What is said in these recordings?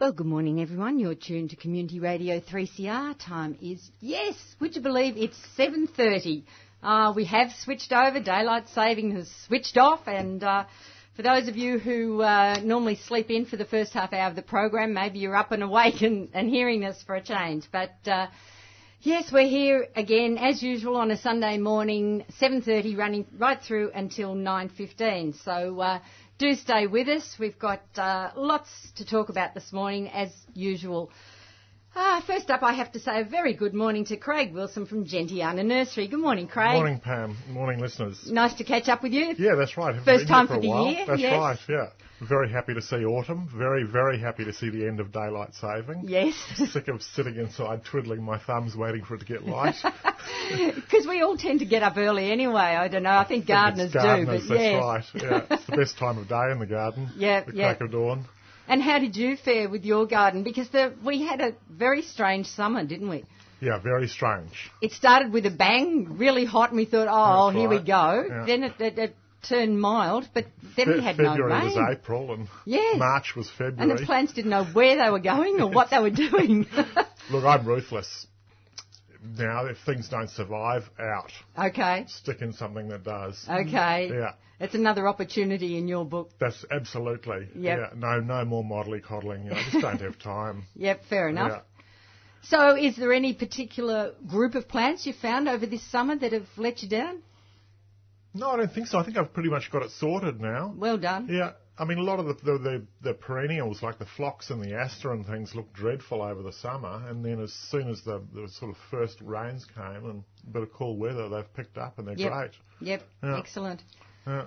Well, good morning, everyone. You're tuned to Community Radio 3CR. Time is yes. Would you believe it's 7:30? Uh, we have switched over. Daylight saving has switched off, and uh, for those of you who uh, normally sleep in for the first half hour of the program, maybe you're up and awake and, and hearing us for a change. But uh, yes, we're here again as usual on a Sunday morning, 7:30, running right through until 9:15. So. Uh, do stay with us. We've got uh, lots to talk about this morning, as usual. Uh, first up, I have to say a very good morning to Craig Wilson from Gentiana Nursery. Good morning, Craig. Morning, Pam. Morning, listeners. Nice to catch up with you. Yeah, that's right. Haven't First been here time for for a the while. year, That's yes. right. Yeah, very happy to see autumn. Very, very happy to see the end of daylight saving. Yes. Sick of sitting inside twiddling my thumbs waiting for it to get light. Because we all tend to get up early anyway. I don't know. I think gardeners, It's gardeners, do, but that's yes. right. Yeah, it's the best time of day in the garden. Yep, the yep. crack of dawn. And how did you fare with your garden? Because the, we had a very strange summer, didn't we? Yeah, very strange. It started with a bang, really hot, and we thought, oh, That's here we right. go. Yeah. Then it, it, it turned mild, but then we Fe- had no February rain. was April and Yes. March was February. And the plants didn't know where they were going or what they were doing. Look, I'm ruthless. Now, if things don't survive, out. okay, Stick in something that does. okay. Yeah. It's another opportunity in your book. That's absolutely. Yeah. No, no more modelly coddling. You know, I just don't have time. Yep, fair Yeah. enough. So, is there any particular group of plants you found over this summer that have let you down? No, I don't think so. I think I've pretty much got it sorted now. Well done. Yeah. I mean, a lot of the the, the, the perennials, like the phlox and the aster and things, looked dreadful over the summer. And then as soon as the, the sort of first rains came and a bit of cool weather, they've picked up and they're Yep. great. Yep, Yeah. excellent. Yeah.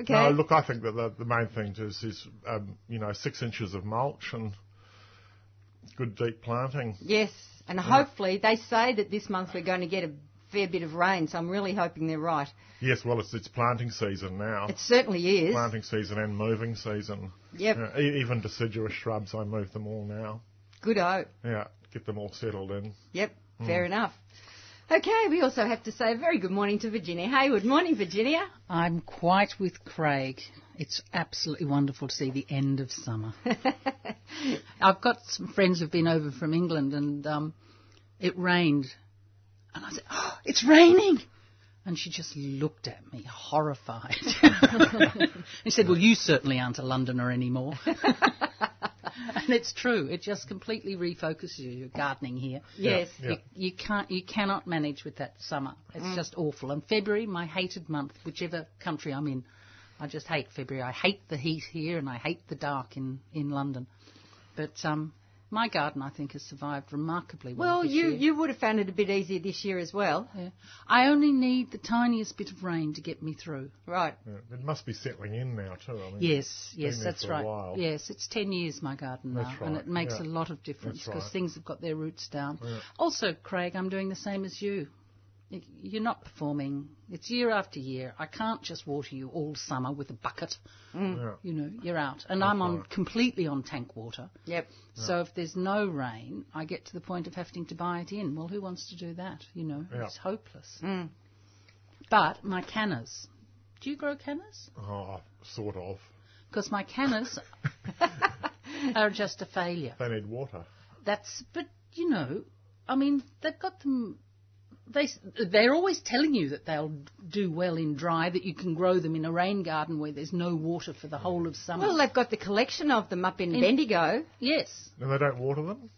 Okay. No, look, I think that the, the main thing is, is um, you know, six inches of mulch and good deep planting. Yes, and hopefully they say that this month we're going to get a fair bit of rain, so I'm really hoping they're right. Yes, well, it's, it's planting season now. It certainly is. planting season and moving season. Yep, Yeah, e- even deciduous shrubs, I move them all now. good o. Yeah, get them all settled in. Yep, Hmm. fair enough. Okay, we also have to say a very good morning to Virginia Hayward. Morning, Virginia. I'm quite with Craig. It's absolutely wonderful to see the end of summer. I've got some friends who've been over from England and um, it rained. And I said, Oh, it's raining! And she just looked at me, horrified. and said, Well, you certainly aren't a Londoner anymore. and it's true. It just completely refocuses you. You're gardening here. Yes. Yeah. You, you can't, you cannot manage with that summer. It's Mm. just awful. And February, my hated month, whichever country I'm in, I just hate February. I hate the heat here, and I hate the dark in in London. But um, my garden, I think, has survived remarkably well. Well, this you, year. you would have found it a bit easier this year as well. Yeah. I only need the tiniest bit of rain to get me through. Right. Yeah, it must be settling in now too. I mean, Yes, been yes, there that's for a right. while. Yes, it's 10 years my garden That's now, and right, it makes yeah. a lot of difference That's because right. things have got their roots down. Yeah. Also, Craig, I'm doing the same as you. Y- You're not performing. It's year after year. I can't just water you all summer with a bucket. Yeah. You know, you're out. And I'm on right. completely on tank water. Yep. So if there's no rain, I get to the point of having to buy it in. Well, who wants to do that? You know, Yeah. it's hopeless. But my canners. Do you grow canners? Oh, sort of. because my canners are just a failure. They need water. That's but you know, I mean they've got them. They s- they're always telling you that they'll do well in dry, that you can grow them in a rain garden where there's no water for the whole of summer. Well, they've got the collection of them up in, Bendigo. yes, And they don't water them?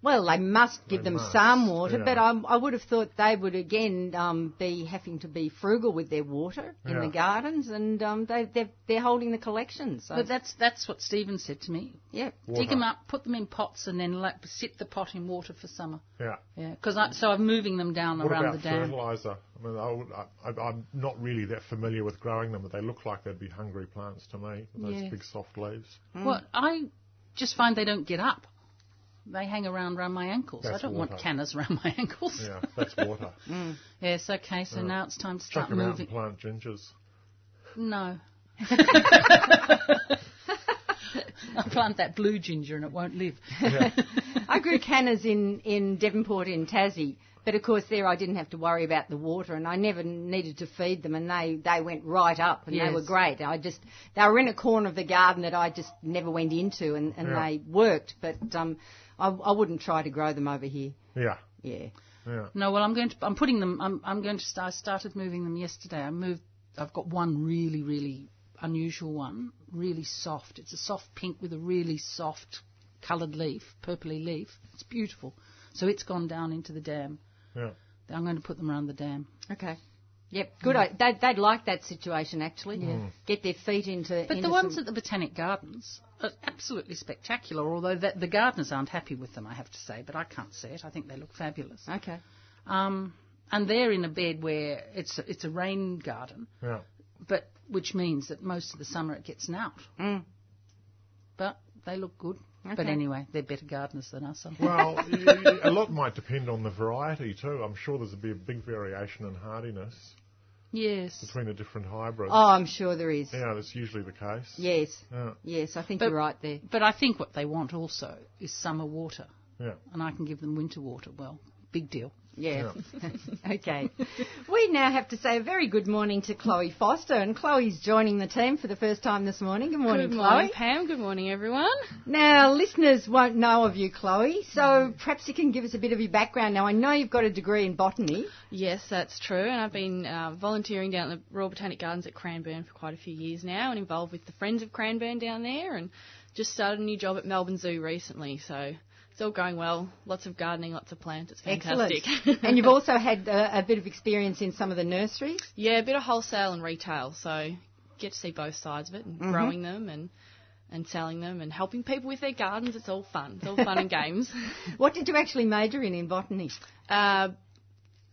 Well, they must give They them must, some water, yeah. but I, I would have thought they would again um, be having to be frugal with their water in the Yeah. gardens, and um, they, they're, they're holding the collection. So, but that's that's what Stephen said to me. yeah, Dig 'em Dig them up, put them in pots, and then like, sit the pot in water for summer. Yeah. Yeah, because I, so I'm moving them down What around about the dam. fertiliser? I mean, I would, I, I, I'm not really that familiar with growing them, but they look like they'd be hungry plants to me. with Those Yes. big soft leaves. Mm. Well, I just find they don't get up. They hang around round my ankles. That's I don't want water. canners round my ankles. Yeah, that's water. Yes, okay, so now it's time to Hmm. Chuck start them out and moving. plant gingers. No. I'll plant that blue ginger and it won't live. Yeah. I grew cannas in, in Devonport in Tassie, but of course there I didn't have to worry about the water and I never needed to feed them and they, they went right up and they Yes. were great. I just, they were in a corner of the garden that I just never went into and, and Yeah. they worked, but um, I, I wouldn't try to grow them over here. yeah, Yeah. yeah. No, well, I'm going to. I'm putting them. I'm. I'm going to. Start, I started moving them yesterday. I moved. I've got one really, really unusual one. Really soft. It's a soft pink with a really soft coloured leaf, purpley leaf. It's beautiful. So it's gone down into the dam. Yeah. I'm going to put them around the dam. Okay. Yep, good. I, they'd, they'd like that situation actually. Yeah. Get their feet into. But into the ones some- at the Botanic Gardens are absolutely spectacular. Although the, the gardeners aren't happy with them, I have to say. But I can't see it. I think they look fabulous. Okay. Um, and they're in a bed where it's a, it's a rain garden. Yeah. but which means that most of the summer it gets out. Mm. But they look good. But Okay. anyway, they're better gardeners than us. aren't they? Well, y- y- a lot might depend on the variety too. I'm sure there's a be a big variation in hardiness yes. between the different hybrids. Oh, I'm sure there is. Yeah, that's usually the case. Yes. Yeah, Yes, I think But- you're right there. But I think what they want also is summer water, yeah. and I can give them winter water. Well, big deal. Yeah. okay. We now have to say a very good morning to Chloe Foster, and Chloe's joining the team for the first time this morning. Good morning, Good Chloe. morning, Pam. Good morning, everyone. Now, listeners won't know of you, Chloe, so perhaps you can give us a bit of your background. Now, I know you've got a degree in botany. Yes, that's true. And I've been uh, volunteering down at the Royal Botanic Gardens at Cranbourne for quite a few years now and involved with the Friends of Cranbourne down there and just started a new job at Melbourne Zoo recently. So it's all going well. Lots of gardening, lots of plants. It's fantastic. Excellent. and you've also had uh, a bit of experience in some of the nurseries. yeah, a bit of wholesale and retail. So get to see both sides of it and growing them and, and selling them and helping people with their gardens. It's all fun. It's all fun and games. What did you actually major in in botany? Uh,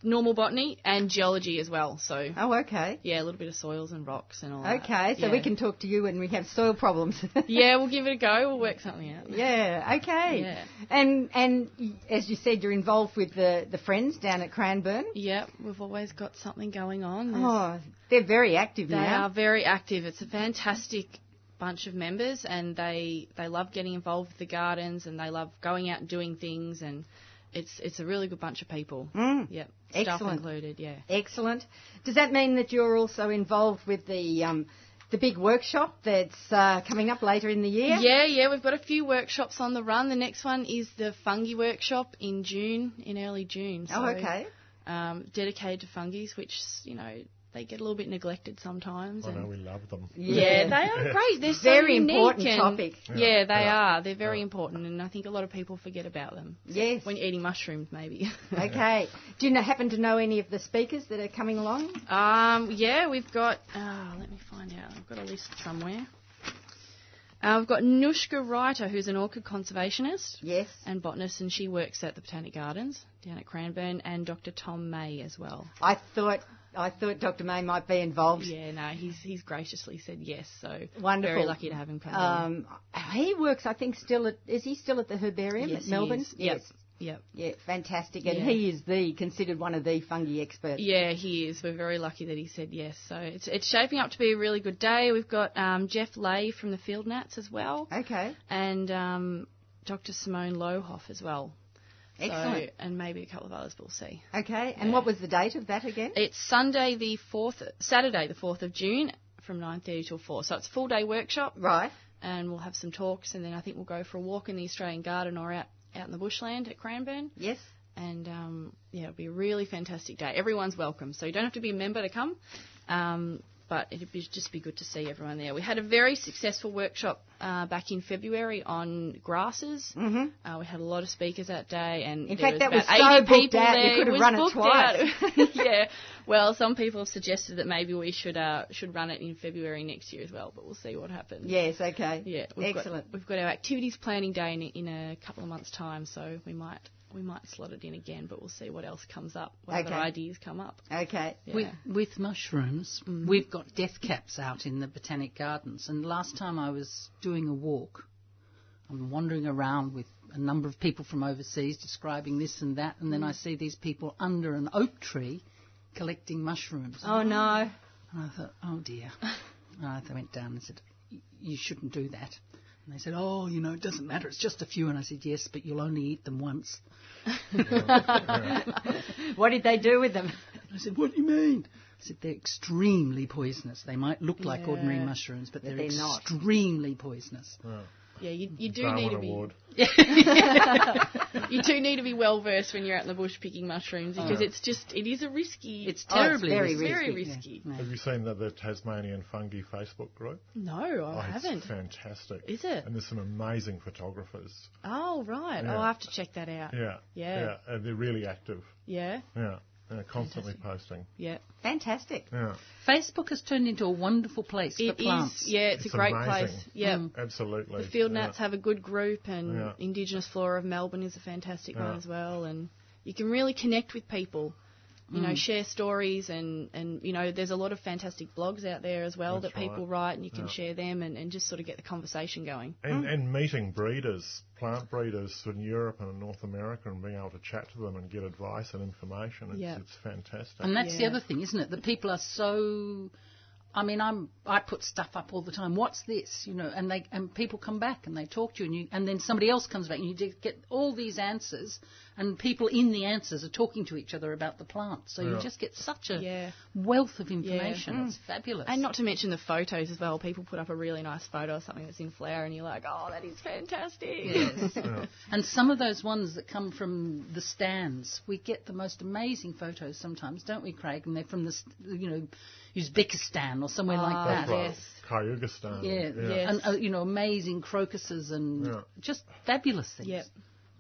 normal botany and geology as well. So Oh, okay. Yeah, a little bit of soils and rocks and all that. Okay, so Oh, yeah. we can talk to you when we have soil problems. Yeah, we'll give it a go. We'll work something out. Yeah. Okay. Yeah. And and y- as you said, you're involved with the the friends down at Cranbourne. Yeah, we've always got something going on. There's- Oh, they're very active they now. are very active. It's a fantastic bunch of members, and they they love getting involved with the gardens, and they love going out and doing things, and it's it's a really good bunch of people. Mm, Yep, staff Excellent. included. Yeah. Excellent. Does that mean that you're also involved with the um, the big workshop that's uh, coming up later in the year? Yeah, yeah, we've got a few workshops on the run. The next one is the fungi workshop in June, in early June. So Oh, okay. um, dedicated to fungi, which you know they get a little bit neglected sometimes. I know and- we love them. yeah, they are great. They're so Very unique important and- topic. Yeah, Yeah. they Yeah. are. They're very important, and I think a lot of people forget about them Yes. when you're eating mushrooms, maybe. Okay. Do you know, happen to know any of the speakers that are coming along? um, yeah, we've got. Oh, let me find out. I've got a list somewhere. Uh, we've got Nushka Reiter, who's an orchid conservationist. Yes. and botanist, and she works at the Botanic Gardens down at Cranbourne, and Dr. Tom May as well. I thought I thought Dr. May might be involved. Yeah, no, he's he's graciously said yes, so Wonderful. very lucky to have him come. along. Um, he works, I think, still at is he still at the herbarium Yes, at he Melbourne? is. Yep. Yep. Yeah, fantastic. And Yeah. he is the considered one of the fungi experts. Yeah, he is. We're very lucky that he said yes. So it's it's shaping up to be a really good day. We've got um, Jeff Lay from the Field Nats as well, Okay, and um, Dr. Simone Lohoff as well. So- excellent. and maybe a couple of others. We'll see. okay, and what was the date of that again? It's Sunday the fourth, Saturday the fourth of June, from nine thirty till four. So it's a full day workshop, Right. and we'll have some talks, and then I think we'll go for a walk in the Australian Garden or out out in the bushland at Cranbourne. Yes. and um, yeah, it'll be a really fantastic day. Everyone's welcome, so you don't have to be a member to come, um, but it'd be, just be good to see everyone there. We had a very successful workshop uh, back in February on grasses. Mhm. Uh, we had a lot of speakers that day, and In there fact, that was was about so 80 booked people out, you There. could have was run it booked twice. out. yeah, well, some people have suggested that maybe we should uh, should run it in February next year as well, but we'll see what happens. Yes. Okay. Yeah, we've Excellent. Got, we've got our activities planning day in, in a couple of months' time, so we might we might slot it in again, but we'll see what else comes up, what Okay. other ideas come up. Okay. Mm-hmm. Yeah. With, with mushrooms, we've got death caps out in the Botanic Gardens. And last time I was doing a walk, I'm wandering around with a number of people from overseas describing this and that, and then Mm. I see these people under an oak tree collecting mushrooms. Oh no. Ah, And I thought, oh dear. And I went down and said, "Y- you shouldn't do that. And they said, oh, you know, it doesn't matter. It's just a few. And I said, yes, but you'll only eat them once. What did they do with them? I said, what do you mean? I said, they're extremely poisonous. They might look like ordinary Yeah. mushrooms, but they're, they're not. extremely poisonous. Yeah, you, you do Darwin need to be Award. you do need to be well versed when you're out in the bush picking mushrooms because it's just it is a risky. It's Oh, it's terribly very risky. very Yeah, risky. yeah. Have you seen the, the Tasmanian fungi Facebook group? No, I Oh, haven't. It's fantastic. Is it? And there's some amazing photographers. Oh right, Yeah. I'll have to check that out. Yeah. Yeah. Yeah. And they're really active. Yeah, Yeah. And they're constantly posting. yeah. Fantastic. Yeah. Facebook has turned into a wonderful place It for is. plants. Yeah, it's, It's a great amazing. place. Yeah. Mm. Absolutely. The field Yeah. nuts have a good group, and Yeah. Indigenous Flora of Melbourne is a fantastic one Yeah. as well. And you can really connect with people, you Mm. know, share stories, and, and you know, there's a lot of fantastic blogs out there as well That's that people write, and you can Yeah. share them and, and just sort of get the conversation going. Mm. And, and meeting breeders, plant breeders in Europe and in North America, and being able to chat to them and get advice and information, it's, Yeah. it's fantastic. And that's the Yeah. other thing, isn't it? That people are so. I mean, I'm I put stuff up all the time. What's this? You know, and they and people come back and they talk to you, and you and then somebody else comes back and you just get all these answers, and people in the answers are talking to each other about the plant. So you Yeah. just get such a Yeah. wealth of information. It's fabulous. And not to mention the photos as well. People put up a really nice photo of something that's in flower, and you're like, oh, that is fantastic. And some of those ones that come from the stands, we get the most amazing photos sometimes, don't we, Craig? And they're from the, st- you know, Uzbekistan or somewhere Ah, like that. that's right. yes. Kyrgyzstan. Yeah, Yes. and uh, you know, amazing crocuses and Yeah. just fabulous things. Yep.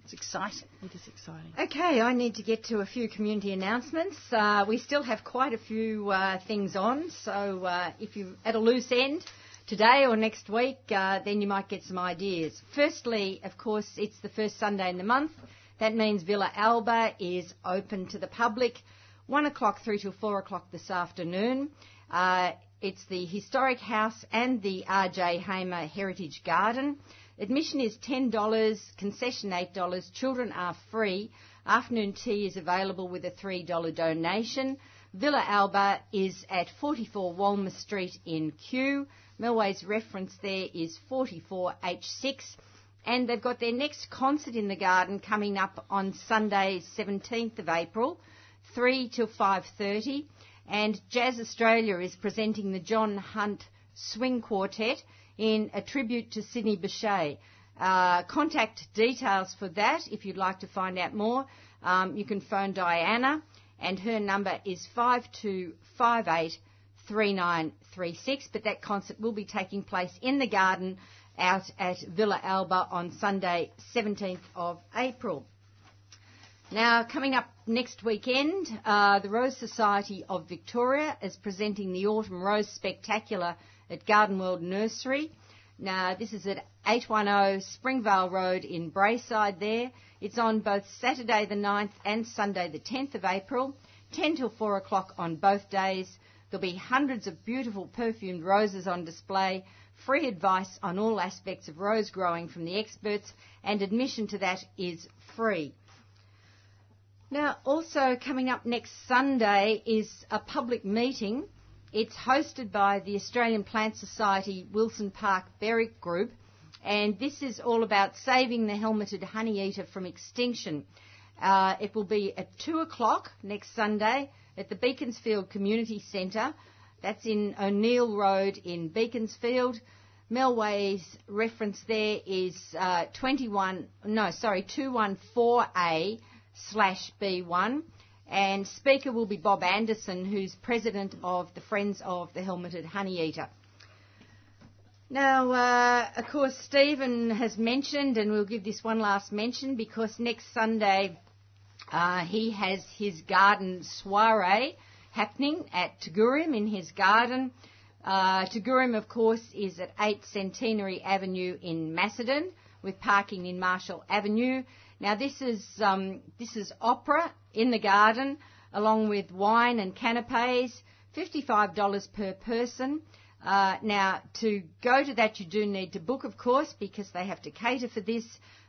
It's exciting. It is exciting. Okay, I need to get to a few community announcements. Uh, we still have quite a few uh, things on, so uh, if you're at a loose end today or next week, uh, then you might get some ideas. Firstly, of course, it's the first Sunday in the month. That means Villa Alba is open to the public, 1 o'clock through till 4 o'clock this afternoon. Uh, it's the Historic House and the R.J. Hamer Heritage Garden. Admission is $10, concession $8, children are free. Afternoon tea is available with a $3 donation. Villa Alba is at 44 Walmer Street in Kew. Melway's reference there is 44H6. And they've got their next concert in the garden coming up on Sunday, 17th of April, 3 till 5.30. And Jazz Australia is presenting the John Hunt Swing Quartet in a tribute to Sidney Bechet. Uh, contact details for that if you'd like to find out more. Um, you can phone Diana, and her number is 5258 3936. But that concert will be taking place in the garden out at Villa Alba on Sunday, 17th of April. Now, coming up next weekend, uh, the Rose Society of Victoria is presenting the Autumn Rose Spectacular at Garden World Nursery. Now, this is at 810 Springvale Road in Brayside there. It's on both Saturday the 9th and Sunday the 10th of April, 10 till 4 o'clock on both days. There'll be hundreds of beautiful perfumed roses on display, free advice on all aspects of rose growing from the experts, and admission to that is free. Now, also coming up next Sunday is a public meeting. It's hosted by the Australian Plant Society Wilson Park Berwick Group, and this is all about saving the helmeted honey eater from extinction. Uh, it will be at 2 o'clock next Sunday at the Beaconsfield Community Centre. That's in O'Neill Road in Beaconsfield. Melway's reference there is uh, 21, no, sorry, 214A slash B1. And speaker will be Bob Anderson, who's president of the Friends of the Helmeted Honey Eater. Now, uh, of course, Stephen has mentioned, and we'll give this one last mention because next Sunday uh, he has his garden soiree happening at Tigurim in his garden. Uh, Tigurim, of course, is at 8 Centenary Avenue in Macedon, with parking in Marshall Avenue. Now, this is um, this is opera in the garden, along with wine and canapes. Fifty-five dollars per person. Uh, now, to go to that, you do need to book, of course, because they have to cater for this.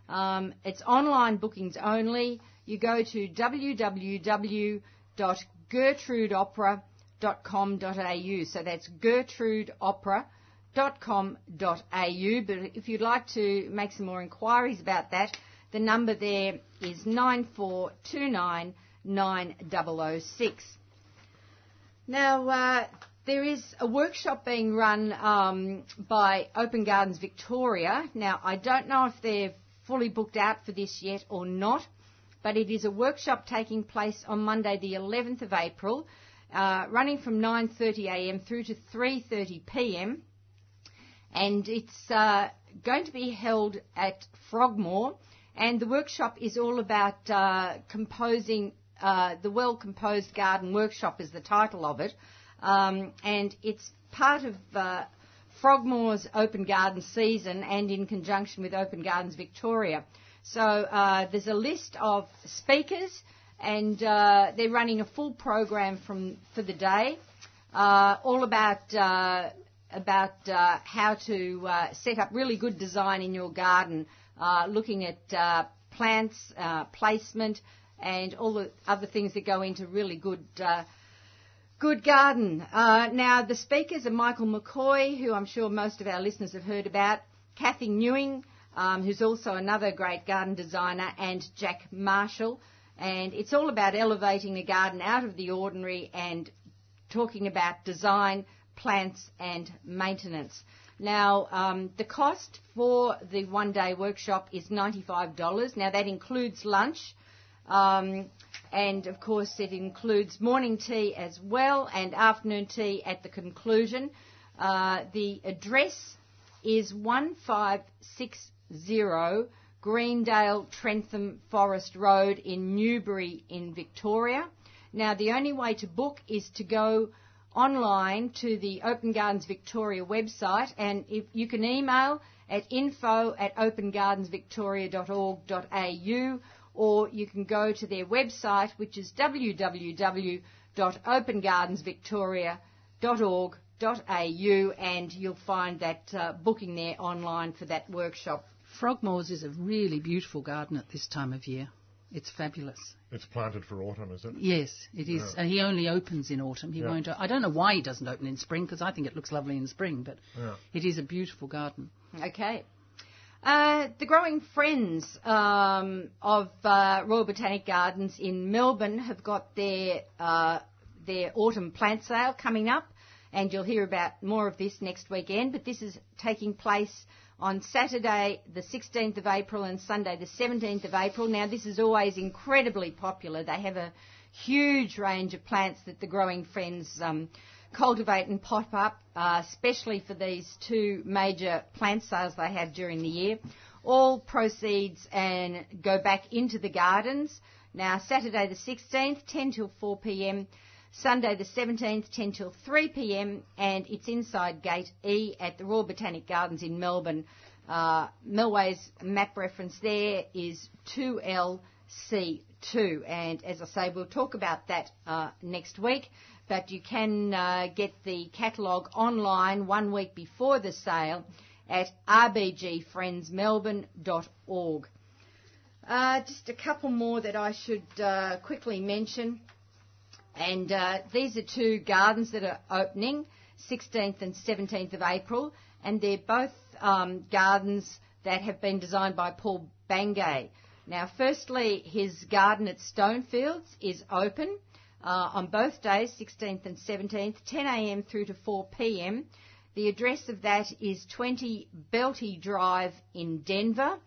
Um, it's online bookings only. You go to www.gertrudeopera.com.au. So that's Gertrude Opera www.ecosystemsolutions.com.au. But if you'd like to make some more inquiries about that, the number there is 9429 9006. Now, uh, there is a workshop being run um, by Open Gardens Victoria. Now, I don't know if they're fully booked out for this yet or not, but it is a workshop taking place on Monday, the 11th of April, uh, running from 9.30am through to 3.30pm. And it's uh, going to be held at Frogmore. And the workshop is all about uh, composing, uh, the Well Composed Garden Workshop is the title of it. Um, and it's part of uh, Frogmore's Open Garden season and in conjunction with Open Gardens Victoria. So uh, there's a list of speakers, and uh, they're running a full program from for the day, uh, all about uh, about uh, how to uh, set up really good design in your garden, uh, looking at plants uh, placement and all the other things that go into really good. uh, Good Garden. Uh, now, the speakers are Michael McCoy, who I'm sure most of our listeners have heard about, Kathy Newing, um, who's also another great garden designer, and Jack Marshall. And it's all about elevating the garden out of the ordinary and talking about design, plants, and maintenance. Now, um, the cost for the one day workshop is $95. Now, that includes lunch. Um, and of course it includes morning tea as well and afternoon tea at the conclusion. Uh, the address is 1560 Greendale Trentham Forest Road in Newbury in Victoria. Now the only way to book is to go online to the Open Gardens Victoria website and if you can email at info at opengardensvictoria.org.au or you can go to their website, which is www.opengardensvictoria.org.au, and you'll find that uh, booking there online for that workshop. Frogmore's is a really beautiful garden at this time of year. It's fabulous. It's planted for autumn, is it? Yes, it is. Yeah. Uh, he only opens in autumn. He Yeah. won't. O- I don't know why he doesn't open in spring because I think it looks lovely in spring, but Yeah. it is a beautiful garden. Okay. Uh, the growing friends um, of uh, Royal Botanic Gardens in Melbourne have got their uh, their autumn plant sale coming up, and you'll hear about more of this next weekend. But this is taking place on Saturday, the 16th of April, and Sunday, the 17th of April. Now, this is always incredibly popular. They have a huge range of plants that the growing friends um, cultivate and pot up, uh, especially for these two major plant sales they have during the year. All proceeds and go back into the gardens. Now, Saturday the 16th, 10 till 4 p.m. Sunday the 17th, 10 till 3 p.m. and it's inside Gate E at the Royal Botanic Gardens in Melbourne. Uh, Melway's map reference there is 2LC2 and as I say, we'll talk about that uh, next week. But you can uh, get the catalogue online one week before the sale at rbgfriendsmelbourne.org. Uh, just a couple more that I should uh, quickly mention. And uh, these are two gardens that are opening, 16th and 17th of April, and they're both um, gardens that have been designed by Paul Bangay. Now, firstly, his garden at Stonefields is open uh, on both days, 16th and 17th, 10 a.m. through to 4 p.m. The address of that is 20 Belty Drive in Denver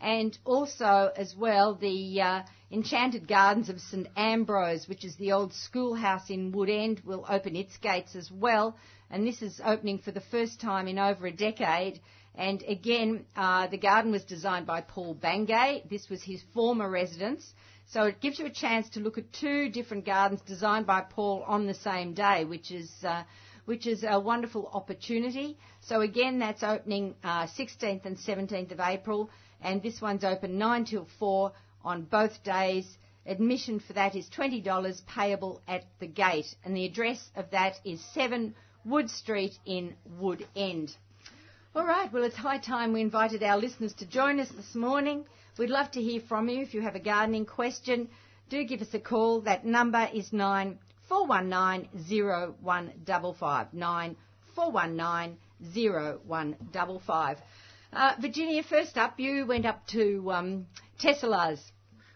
and also as well the uh, Enchanted Gardens of St Ambrose, which is the old schoolhouse in Woodend, will open its gates as well. And this is opening for the first time in over a decade. And again, uh, the garden was designed by Paul Bangay. This was his former residence. So it gives you a chance to look at two different gardens designed by Paul on the same day, which is uh, which is a wonderful opportunity. So again, that's opening uh, 16th and 17th of April, and this one's open 9 till 4 on both days. Admission for that is $20 payable at the gate, and the address of that is 7 Wood Street in Wood End. All right, well, it's high time we invited our listeners to join us this morning. We'd love to hear from you. If you have a gardening question, do give us a call. That number is 9419 0155. 419 0155. Uh, Virginia, first up, you went up to um, Tesla's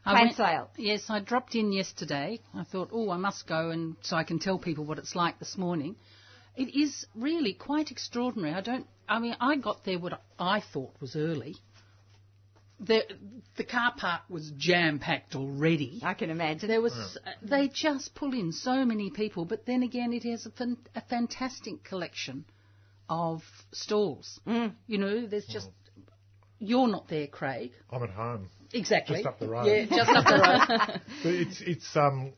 I plant went- sale. Yes, I dropped in yesterday. I thought, oh, I must go and so I can tell people what it's like this morning. It is really quite extraordinary. I don't. I mean, I got there what I thought was early. The the car park was jam packed already. I can imagine. There was. Mm. uh, They just pull in so many people, but then again, it has a, fan, a fantastic collection of stalls. Mm. You know, there's just. You're not there, Craig. Mm. I'm at home. Exactly. Just up the road. Yeah, just up the road. But it's it's um.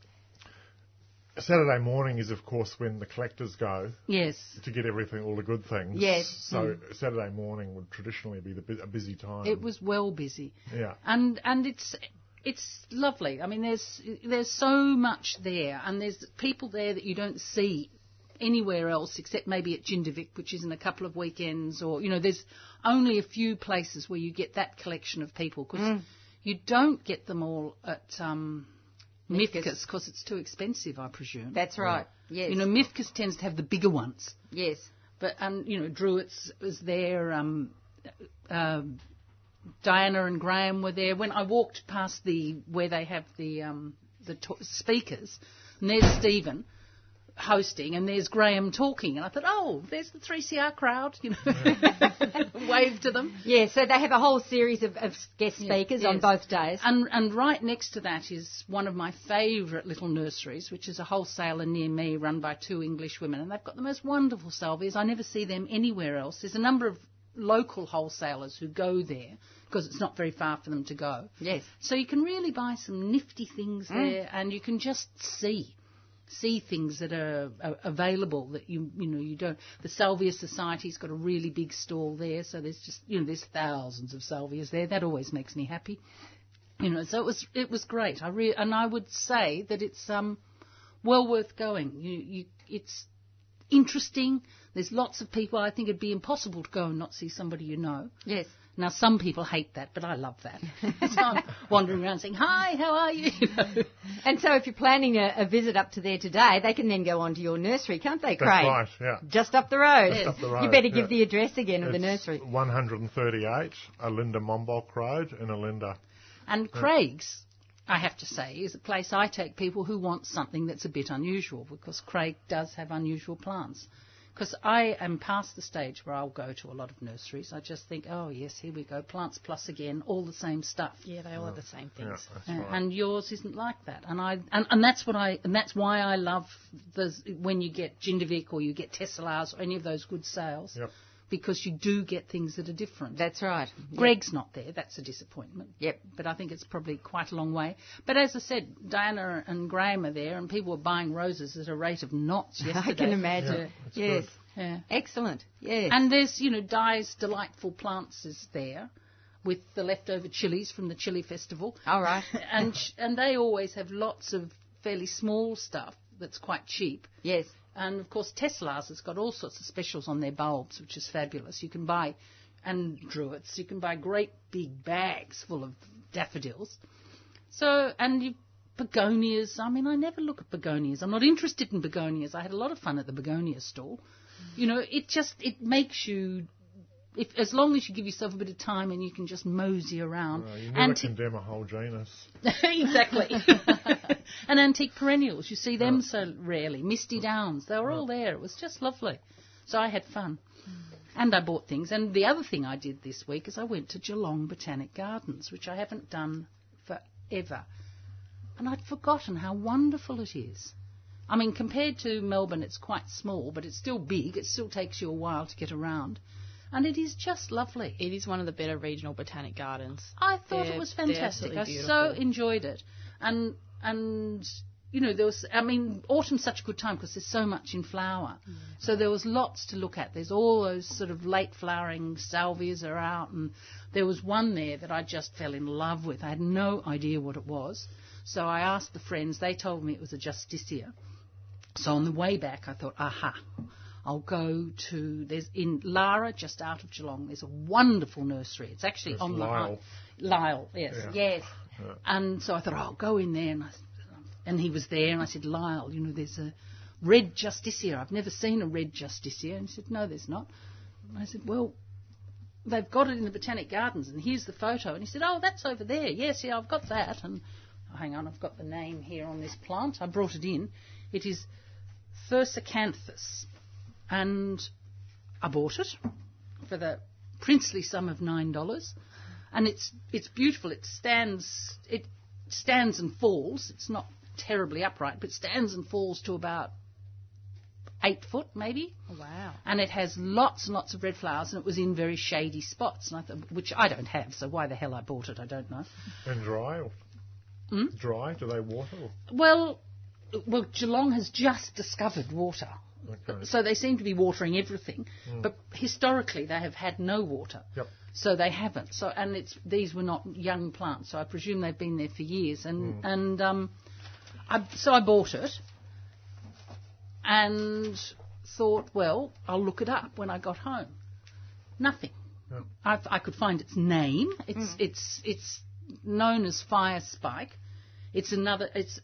Saturday morning is of course when the collectors go yes. to get everything, all the good things. Yes. So Saturday morning would traditionally be the bu- a busy time. It was well busy. Yeah. And and it's it's lovely. I mean, there's there's so much there, and there's people there that you don't see anywhere else except maybe at Jindavik, which is in a couple of weekends, or you know, there's only a few places where you get that collection of people because you don't get them all at um, Mifkas because it's too expensive, I presume. That's right. Yes. you know, Mifkas tends to have the bigger ones. yes. But and you know, Druitt's was there. Um, uh, Diana and Graham were there. When I walked past the where they have the um, the to- speakers, and there's Stephen hosting, and there's Graham talking, and I thought, oh, there's the 3CR crowd, you know, wave to them. Yeah, so they have a whole series of, of guest speakers on yes. both days. And, and right next to that is one of my favourite little nurseries, which is a wholesaler near me run by two English women. And they've got the most wonderful salvias. I never see them anywhere else. There's a number of local wholesalers who go there because it's not very far for them to go. Yes. So you can really buy some nifty things Hmm. there and you can just see. See things that are, are available that you you know you don't. The Salvia Society's got a really big stall there, so there's just you know there's thousands of salvias there. That always makes me happy you know so it was it was great i re- and i would say that it's um well worth going you you it's interesting there's lots of people i think it'd be impossible to go and not see somebody you know Yes. now some people hate that but i love that so i'm wandering around saying hi how are you, You know. And so if you're planning a, a visit up to there today, they can then go on to your nursery, can't they, That's Craig? right. Yeah. Just up the road. Just up the You road, better give yeah. the address again of the It's nursery. 138 Alinda Mombolk Road in Alinda. and craig's I have to say, is a place I take people who want something that's a bit unusual because Craig does have unusual plants. Because I am past the stage where I'll go to a lot of nurseries. I just think, oh, yes, here we go, plants plus again, all the same stuff. Yeah, they all have the same Yeah, things. that's Uh, right. and yours isn't like that. And I and, and that's what I and that's why I love the when you get Jindavik or you get Tesla's or any of those good sales, Yep. because you do get things that are different. That's right. Greg's not there. That's a disappointment. Yep. But I think it's probably quite a long way. But as I said, Diana and Graham are there, and people were buying roses at a rate of knots yesterday. I can imagine. Yeah, yes. that's Yeah. Excellent. Yes. And there's, you know, Di's Delightful Plants is there with the leftover chilies from the Chili Festival. All right. and, sh- and they always have lots of fairly small stuff that's quite cheap. yes. And of course, Tesla's has got all sorts of specials on their bulbs, which is fabulous. You can buy, and Druitt's, you can buy great big bags full of daffodils. So, and you, begonias. I mean, I never look at begonias. I'm not interested in begonias. I had a lot of fun at the begonia stall. You know, it just it makes you. If, as long as you give yourself a bit of time and you can just mosey around, Well, you never and condemn a whole genus. exactly. and antique perennials. You see them so rarely. Misty Downs. They were all there. It was just lovely. So I had fun. And I bought things. And the other thing I did this week is I went to Geelong Botanic Gardens, which I haven't done forever. And I'd forgotten how wonderful it is. I mean, compared to Melbourne, it's quite small, but it's still big. It still takes you a while to get around. And it is just lovely. It is one of the better regional botanic gardens. I thought it They're- was they're fantastic. absolutely I so beautiful. enjoyed it, and and you know there was. I mean, autumn's such a good time because there's so much in flower, Mm. so there was lots to look at. There's all those sort of late flowering salvias are out, and there was one there that I just fell in love with. I had no idea what it was, so I asked the friends. They told me it was a justicia. So on the way back, I thought, aha, I'll go to there's in Lara, just out of Geelong. There's a wonderful nursery. It's actually It's on the high- Lyle. Lyle, yes, Yeah. Yes. and so I thought, oh, I'll go in there. And, I, and he was there, and I said, Lyle, you know, there's a red justiciar. I've never seen a red justiciar. And he said, no, there's not. And I said, well, they've got it in the Botanic Gardens, and here's the photo. And he said, oh, that's over there. Yes, yeah, I've got that. And oh, hang on, I've got the name here on this plant. I brought it in. It is Thursicanthus. And I bought it for the princely sum of nine dollars, and it's it's beautiful. It stands it stands and falls. It's not terribly upright, but stands and falls to about eight foot maybe. Oh, wow. And it has lots and lots of red flowers, and it was in very shady spots, and I th- which I don't have. So why the hell I bought it, I don't know. And dry? Or Hmm? Dry? Do they water? Or? Well, well, Geelong has just discovered water. Okay. Hmm. So they seem to be watering everything, but historically they have had no water. Yep. So they haven't. So and it's these were not young plants, so I presume they've been there for years. And Hmm. and um, I, so I bought it, and thought, well, I'll look it up when I got home. Nothing. Yeah. I, I could find its name. It's Hmm. it's it's known as fire spike. It's another. It's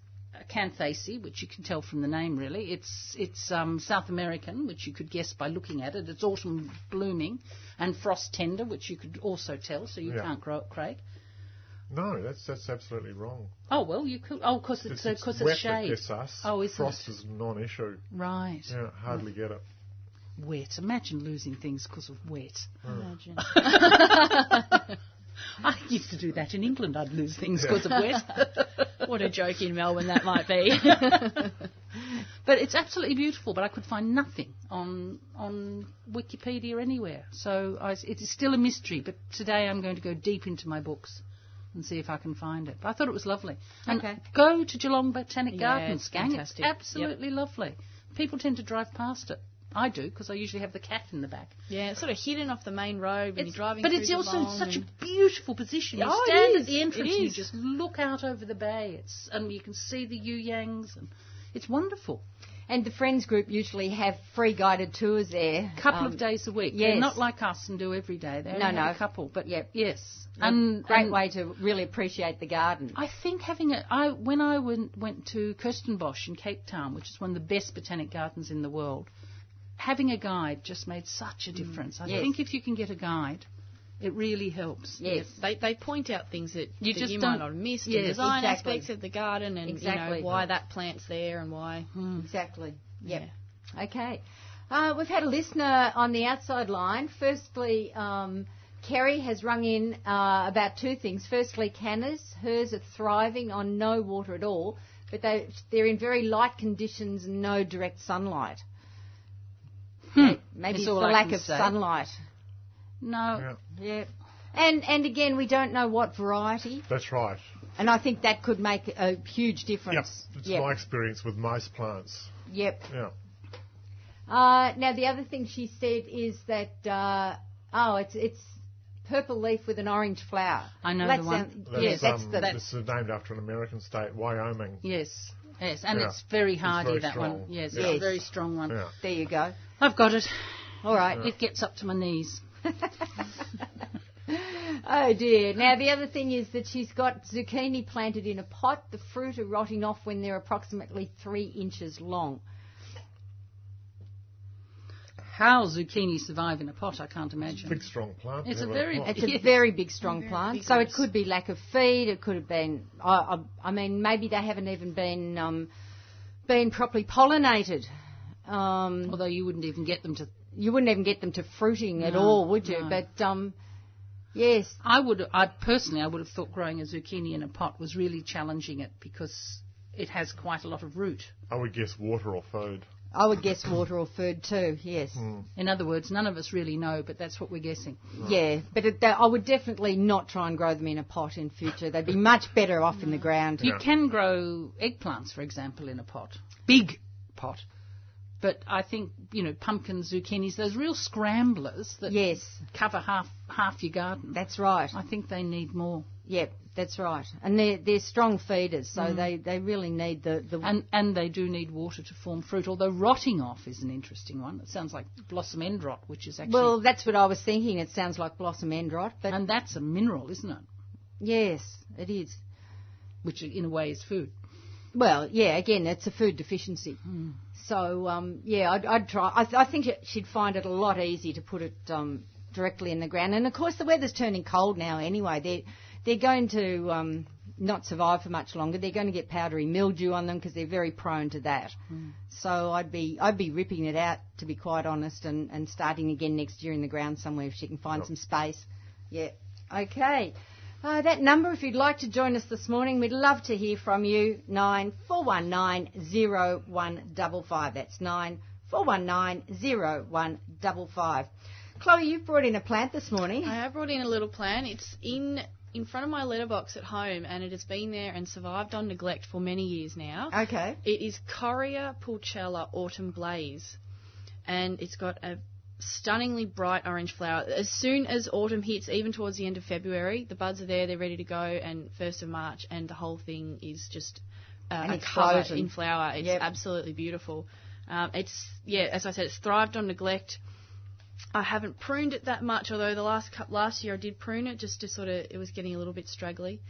acanthaceae, which you can tell from the name. Really, it's it's um, South American, which you could guess by looking at it. It's autumn blooming, and frost tender, which you could also tell. So you Yeah. can't grow it, Craig. No, that's that's absolutely wrong. Oh well, you could. Oh, because it's because it's, wet that shade. gets us. Oh, isn't Frost it? is non-issue. Right. Yeah, hardly get it. Wet. Imagine losing things because of wet. Imagine. I used to do that in England. I'd lose things Yeah. because of wet. what a joke in Melbourne that might be. But it's absolutely beautiful. But I could find nothing on on Wikipedia anywhere. So I s it is still a mystery. But today I'm going to go deep into my books and see if I can find it. But I thought it was lovely. And Okay. go to Geelong Botanic Yeah, Gardens, it's gang. fantastic. It's absolutely lovely. People tend to drive past it. I do because I usually have the cat in the back. yeah, it's sort of hidden off the main road when It's- you're driving. but through it's also in Geelong such a and- beautiful position. You Oh, it stand is. at the entrance, It and you is. just look out over the bay. It's and you can see the Yu Yangs, and it's wonderful. And the friends group usually have free guided tours there. A couple Um, of days a week. yes. They're not like us and do every day. They No, only have no. a couple, but Yep. yes, And and great and way to really appreciate the garden. I think having a I when I went went to Kirstenbosch in Cape Town, which is one of the best botanic gardens in the world, having a guide just made such a difference. I yes. think if you can get a guide, it really helps. yes. They, they point out things that You that just you don't- might not have missed, Yes, and design exactly. aspects of the garden, and Exactly. you know why that plant's there and why. Hmm. Exactly. Yep. Yeah. Okay. Uh, we've had a listener on the outside line. Firstly, um, Kerry has rung in uh, about two things. Firstly, canners. Hers are thriving on no water at all, but they, they're in very light conditions and no direct sunlight. Maybe Hmm. That's it's the all I lack can of say. sunlight. No, Yeah, Yep. And, and again, we don't know what variety, that's right. and I think that could make a huge Yep, difference. it's Yep. my experience with most plants. Yep. Yeah, Uh, now the other thing she said is that uh, oh, it's it's purple leaf with an orange flower. I know That the one. sound- that's, yes, that's um, the this is named after an American state, Wyoming. Yes, yes, and Yeah. it's very hardy very that one. strong. Yes, Yes. it's a very strong one. Yeah. There you go. I've got it. All right. It gets up to my knees. Oh dear. Now the other thing is that she's got zucchini planted in a pot. The fruit are rotting off when they're approximately three inches long. How zucchini survive in a pot, I can't imagine. Big strong plant. It's a never- very- well, It's a Yes. very big, strong plant, so it vigorous. could be lack of feed. It could have been. I, I, I mean, maybe they haven't even been um, been properly pollinated. Um, Although you wouldn't even get them to. you wouldn't even get them to fruiting at No, all, would you? no. But um, yes, I would. I personally, I would have thought growing a zucchini in a pot was really challenging it because it has quite a lot of root. I would guess water or food. I would guess water or food too. Yes, Hmm. In other words, none of us really know, but that's what we're guessing. yeah. But it, I would definitely not try and grow them in a pot in future. They'd be much better off in the ground. You can grow eggplants, for example, in a pot, big pot. But I think you know pumpkins, zucchinis, those real scramblers that Yes, cover half half your garden. that's right. I think they need more. Yep, that's right. And they're they're strong feeders, so Mm. they, they really need the the And and they do need water to form fruit, although rotting off is an interesting one. It sounds like blossom end rot, which is actually well. That's what I was thinking. It sounds like blossom end rot, but and that's a mineral, isn't it? yes, it is. Which in a way is food. Well, yeah. Again, it's a food deficiency. So um, yeah, I'd, I'd try. I, th- I think she'd find it a lot easier to put it um, directly in the ground. And of course, the weather's turning cold now anyway. They're they're going to um, not survive for much longer. They're going to get powdery mildew on them because they're very prone to that. So I'd be I'd be ripping it out to be quite honest, and, and starting again next year in the ground somewhere if she can find Yep. some space. Yeah. Okay. Uh, that number, if you'd like to join us this morning, we'd love to hear from you. Nine four one nine zero one double five. That's nine four one nine zero one double five. Chloe, you've brought in a plant this morning. I have brought in a little plant. It's in in front of my letterbox at home, and it has been there and survived on neglect for many years now. Okay. It is Coria pulchella autumn blaze, and it's got a stunningly bright orange flower. As soon as autumn hits, even towards the end of February, the buds are there, they're ready to go, and first of March, and the whole thing is just uh, An a cover explosion. in flower. It's Yep. absolutely beautiful. Um, it's yeah, as I said, it's thrived on neglect. I haven't pruned it that much, although the last cou- last year I did prune it just to sort of it was getting a little bit straggly,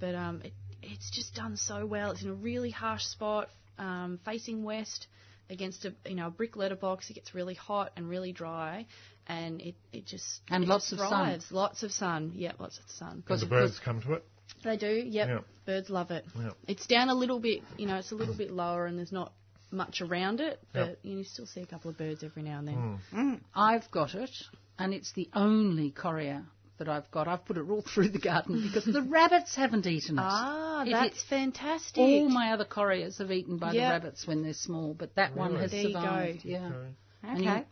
but um, it, it's just done so well. It's in a really harsh spot, um, facing west against a you know a brick letterbox. It gets really hot and really dry, and it it just And it lots just of sun. thrives. Lots of sun, yeah, lots of sun. And Because the birds come to it. They do, yep. Yeah. Birds love it. Yeah. It's down a little bit, you know, it's a little bit lower, and there's not much around it, but Yep. you still see a couple of birds every now and then. Mm. I've got it, and it's the only coria that I've got. I've put it all through the garden because the rabbits haven't eaten it. Ah, It- that's it- fantastic. all my other corias have eaten by the Yeah. rabbits when they're small, but that one Really? has There you go. survived. Yeah, Okay. And, you- Okay.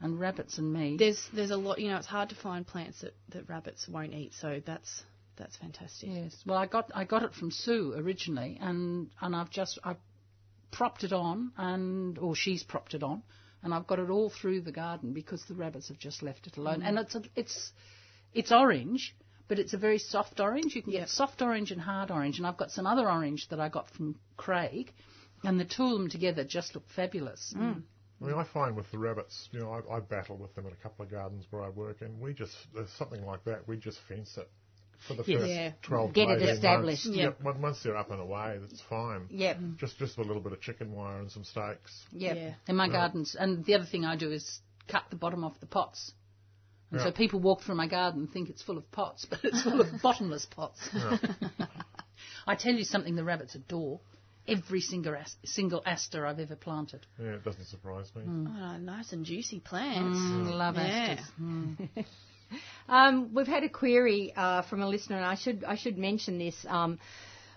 and rabbits and me. there's there's a lot, you know, it's hard to find plants that, that rabbits won't eat, so that's that's fantastic. Yes. Well, I got I got it from Sue originally, and and I've just I propped it on, and or she's propped it on, and I've got it all through the garden because the rabbits have just left it Mm. alone. And it's a, it's it's orange, but it's a very soft orange. You can Yep. get soft orange and hard orange, and I've got some other orange that I got from Craig, and the two of them together just look fabulous. Mm. I mean, I find with the rabbits, you know, I, I battle with them at a couple of gardens where I work, and we just there's something like that. We just fence it for the Yes. first Yeah. twelve Get to it 18 established. Months. Yeah. Yep, on- once they're up and away, that's fine. Yep. Just just a little bit of chicken wire and some stakes. Yep. Yeah. In my gardens, and the other thing I do is cut the bottom off the pots. And so Yeah. people walk through my garden and think it's full of pots, but it's full of bottomless pots. I tell you something, the rabbits adore every single, as- single aster I've ever planted. Yeah, it doesn't surprise me. Hmm. Oh, nice and juicy plants. Mm, Love Yeah. asters. Hmm. Um, we've had a query uh, from a listener, and I should I should mention this. Um,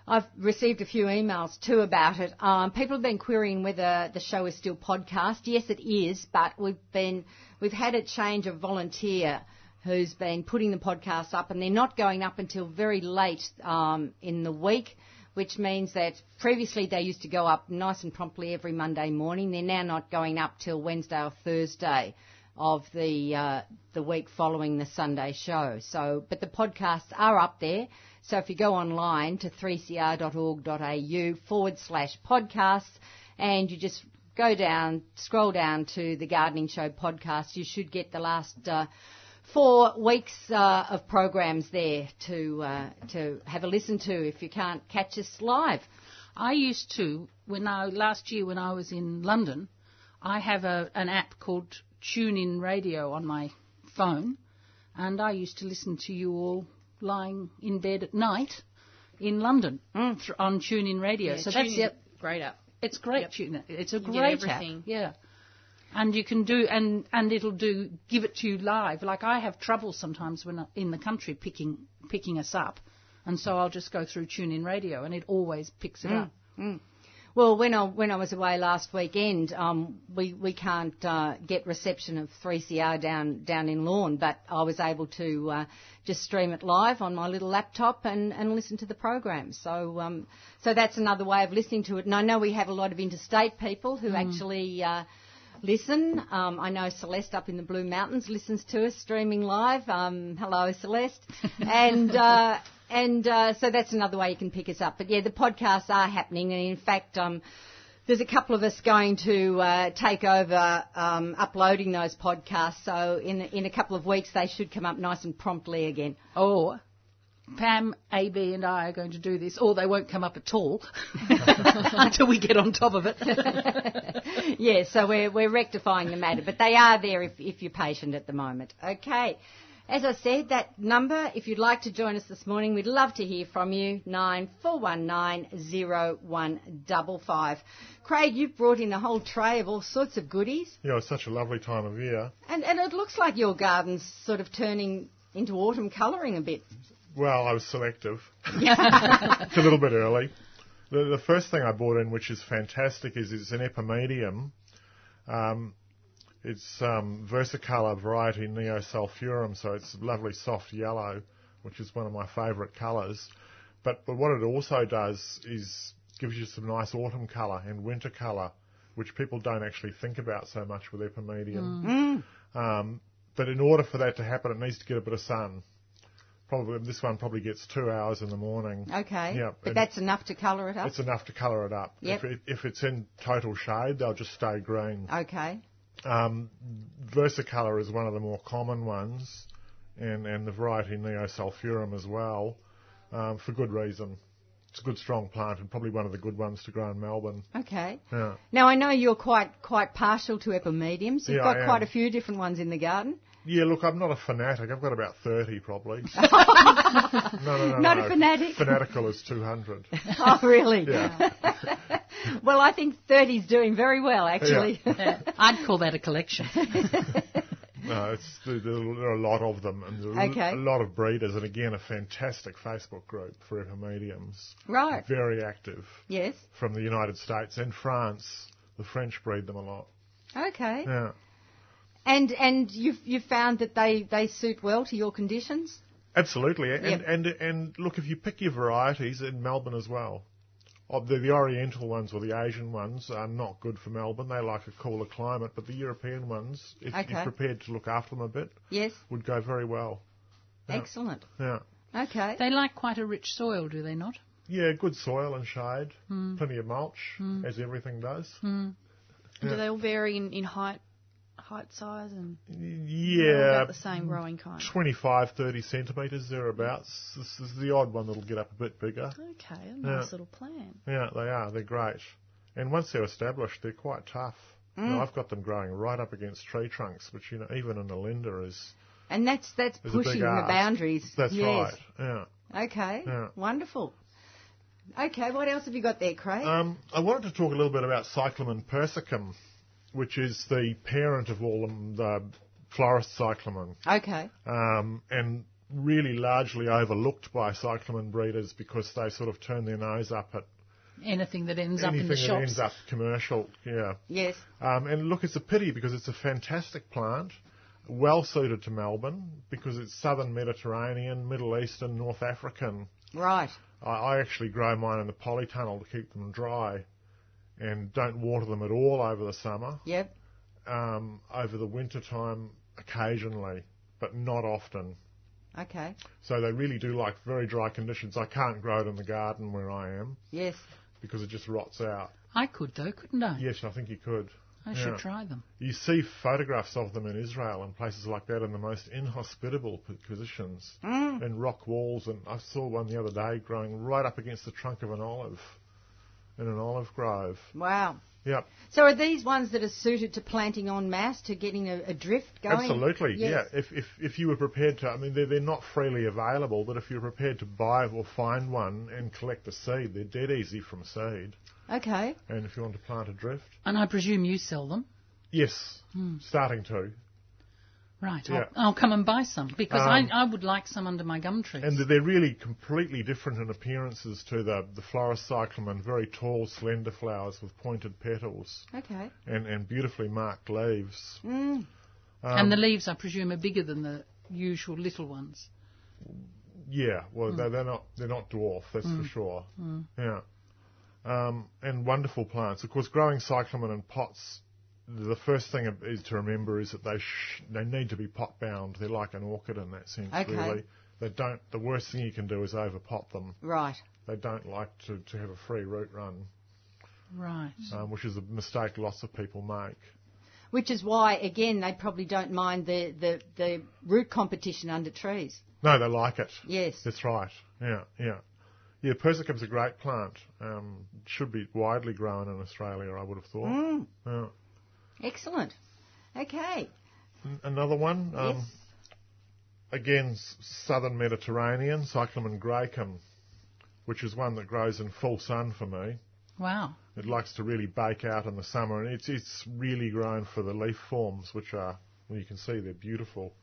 I've received a few emails too about it. Um, people have been querying whether the show is still podcast. Yes, it is, but we've been we've had a change of volunteer who's been putting the podcast up, and they're not going up until very late um, in the week. Which means that previously they used to go up nice and promptly every Monday morning. They're now not going up till Wednesday or Thursday of the uh, the week following the Sunday show. So, but the podcasts are up there. So if you go online to 3cr.org.au forward slash podcasts and you just go down, scroll down to the Gardening Show podcast, you should get the last uh, four weeks uh, of programs there to uh, to have a listen to if you can't catch us live. I used to, when I, last year when I was in London, I have a, an app called TuneIn Radio on my phone, and I used to listen to you all lying in bed at night in London Mm. thr- on TuneIn Radio. so that's Tuning- it. Great app. It's great. TuneIn. It's a get great app. everything. Yeah. And you can do and and it'll do give it to you live. Like I have trouble sometimes when I, in the country picking picking us up, and so I'll just go through TuneIn Radio and it always picks it up. Well, when I when I was away last weekend, um, we we can't uh, get reception of 3CR down down in Lawn, but I was able to uh, just stream it live on my little laptop and, and listen to the program. So um, so that's another way of listening to it. And I know we have a lot of interstate people who actually. Uh, Listen, um, I know Celeste up in the Blue Mountains listens to us streaming live. Um, hello, Celeste, and uh, and uh, so that's another way you can pick us up. But yeah, the podcasts are happening, and in fact, um, there's a couple of us going to uh, take over um, uploading those podcasts. So in in a couple of weeks, they should come up nice and promptly again. Or Pam, AB, and I are going to do this, or they won't come up at all until we get on top of it. yeah, so we're, we're rectifying the matter, but they are there if, if you're patient at the moment. Okay. As I said, that number, if you'd like to join us this morning, we'd love to hear from you. 94190155. Craig, you've brought in a whole tray of all sorts of goodies, Yeah, it's such a lovely time of year. and, and it looks like your garden's sort of turning into autumn colouring a bit. Well, I was selective. it's a little bit early. The, the first thing I bought in, which is fantastic, is it's an epimedium. Um, it's um, versicolor variety neosulfurum, so it's lovely soft yellow, which is one of my favourite colours. But, but what it also does is gives you some nice autumn colour and winter colour, which people don't actually think about so much with epimedium. Um, but in order for that to happen, it needs to get a bit of sun. Probably this one probably gets two hours in the morning. Okay. Yeah, But and- that's enough to colour it up? It's enough to colour it up. If, Yep. it, if it's in total shade, they'll just stay green. Okay. Um, Versicolor is one of the more common ones, and, and the variety Neosulfurum as well, um, for good reason. It's a good strong plant and probably one of the good ones to grow in Melbourne. Okay. Yeah. Now I know you're quite quite partial to epimediums. You've Yeah, I got am. quite a few different ones in the garden. Yeah, look, I'm not a fanatic. I've got about 30 probably. no, no, no. Not a no. fanatic? Fanatical is 200. Oh, really? Yeah. Well, I think 30's doing very well, actually. I'd call that a collection. No, it's, there there are a lot of them, and there are Okay. a lot of breeders, and again, a fantastic Facebook group for epimediums. right. Very active Yes. from the United States and France. The French breed them a lot. Okay. Yeah. And and you've you've found that they they suit well to your conditions. Absolutely, and Yep. and and look, if you pick your varieties in Melbourne as well, of the, the Oriental ones or the Asian ones are not good for Melbourne. They like a cooler climate, but the European ones, if Okay. you're prepared to look after them a bit, Yes. would go very well. Yeah. Excellent. Yeah, Okay. they like quite a rich soil, do they not? yeah, good soil and shade, Hmm. plenty of mulch, as everything does. And Yeah. Do they all vary in, in height, height size, and they're all Yeah, about the same growing kind? 25, 30 centimetres thereabouts. This is the odd one that'll get up a bit bigger. Okay, a nice little plant. Yeah, they are. They're great. And once they're established, they're quite tough. Mm. You know, I've got them growing right up against tree trunks, which, you know, even in a linder is... and that's that's There's a big pushing the ask. boundaries. That's yes. right, right. Okay. Yeah. Wonderful. Okay. What else have you got there, Craig? yeah. Um, I wanted to talk a little bit about cyclamen persicum, which is the parent of all them, the florist cyclamen. okay. um, and really largely overlooked by cyclamen breeders because they sort of turn their nose up at Anything that ends up in anything the that shops. ends up commercial. Yeah, Yes. um, and look, it's a pity because it's a fantastic plant, well suited to Melbourne because it's southern Mediterranean, Middle Eastern, North African. Right. I, I actually grow mine in the polytunnel to keep them dry. And don't water them at all over the summer. Yep. Um, over the winter time, occasionally, but not often. Okay. So they really do like very dry conditions. I can't grow it in the garden where I am Yes. because it just rots out. I could though, couldn't I? Yes, I think you could. I yeah. should try them. You see photographs of them in Israel and places like that in the most inhospitable p- positions and rock walls. And I saw one the other day growing right up against the trunk of an olive in an olive grove. Wow. Yep, So are these ones that are suited to planting en masse to getting a, a drift going? absolutely. Yes. Yeah, if, if if you were prepared to, I mean, they're, they're not freely available, but if you're prepared to buy or find one and collect the seed, they're dead easy from seed. Okay. And if you want to plant a drift, And I presume you sell them. yes, Hmm. starting to. Right. Yeah. I'll, I'll come and buy some because Um, I, I would like some under my gum trees. And they're really completely different in appearances to the, the florist cyclamen, very tall, slender flowers with pointed petals Okay. Hmm. and, and beautifully marked leaves. Um, and the leaves, I presume, are bigger than the usual little ones. Yeah, Hmm. well, they're, they're not they're not dwarf, that's for sure. Yeah, um, and wonderful plants. Of course, growing cyclamen in pots. The first thing is to remember is that they sh- they need to be pot bound. They're like an orchid in that sense, Okay. really. They don't. The worst thing you can do is overpot them. Right. They don't like to, to have a free root run, Right. um, which is a mistake lots of people make. Which is why, again, they probably don't mind the, the, the root competition under trees. No, they like it. Yes. That's right. Yeah, yeah. Yeah, persicum's a great plant. Um, should be widely grown in Australia, I would have thought. Mm, Yeah. excellent. Okay. N- Another one, um, yes. again, s- southern Mediterranean, Cyclamen graecum, which is one that grows in full sun for me. Wow. It likes to really bake out in the summer, and it's it's really grown for the leaf forms, which are well, you can see they're beautiful,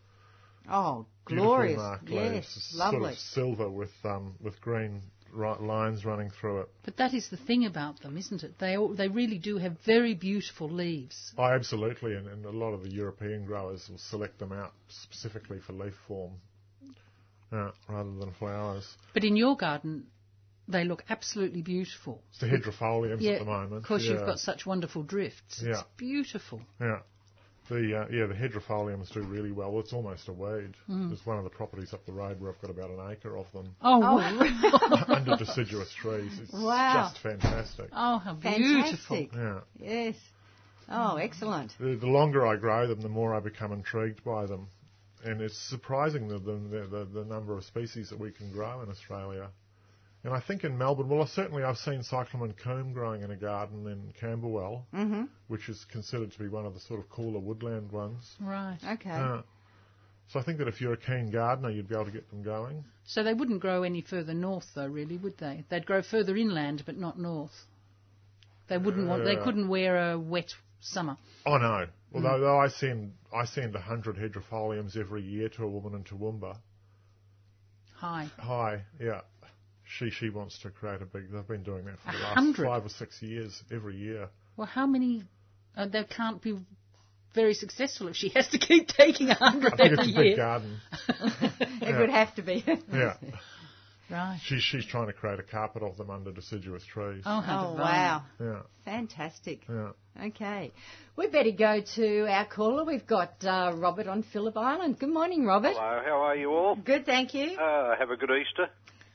Oh, beautiful glorious. marked leaves, Yes, sort lovely. of silver with um with green ri- lines running through it. But that is the thing about them, isn't it? They all, they really do have very beautiful leaves. I Oh, absolutely, and, and a lot of the European growers will select them out specifically for leaf form, uh, rather than flowers. But in your garden, they look absolutely beautiful. It's the hedropholiums yeah, at the moment. of course yeah. you've got such wonderful drifts. Yeah. It's beautiful. Yeah. The uh, yeah the hedropholiums do really well. It's almost a weed. It's one of the properties up the road where I've got about an acre of them Mm. Oh, Oh, wow. under deciduous trees. It's Wow. just fantastic. oh how beautiful. fantastic. Yeah. Yes. Oh, excellent. The, the longer I grow them, the more I become intrigued by them, and it's surprising the the, the the number of species that we can grow in Australia. And I think in Melbourne, well, certainly I've seen cyclamen coombe growing in a garden in Camberwell, Mm-hmm. which is considered to be one of the sort of cooler woodland ones. Right. Okay. Uh, so I think that if you're a keen gardener, you'd be able to get them going. So they wouldn't grow any further north, though, really, would they? They'd grow further inland, but not north. They wouldn't want. They Uh, couldn't wear a wet summer. Oh no! Well, though, though I send I send a hundred hedropholiums every year to a woman in Toowoomba. Hi. Hi, yeah. She she wants to create a big. They've been doing that for the A last hundred? five or six years every year. Well, how many? Uh, they can't be very successful if she has to keep taking a hundred I think every it's a big year. garden. It would have to be. Yeah, Right. she's she's trying to create a carpet of them under deciduous trees. Oh, how oh, divine. wow. Yeah, Fantastic. yeah. Okay. We better go to our caller. We've got uh, Robert on Phillip Island. Good morning, Robert. Hello, how are you all? Good, thank you. Uh, have a good Easter.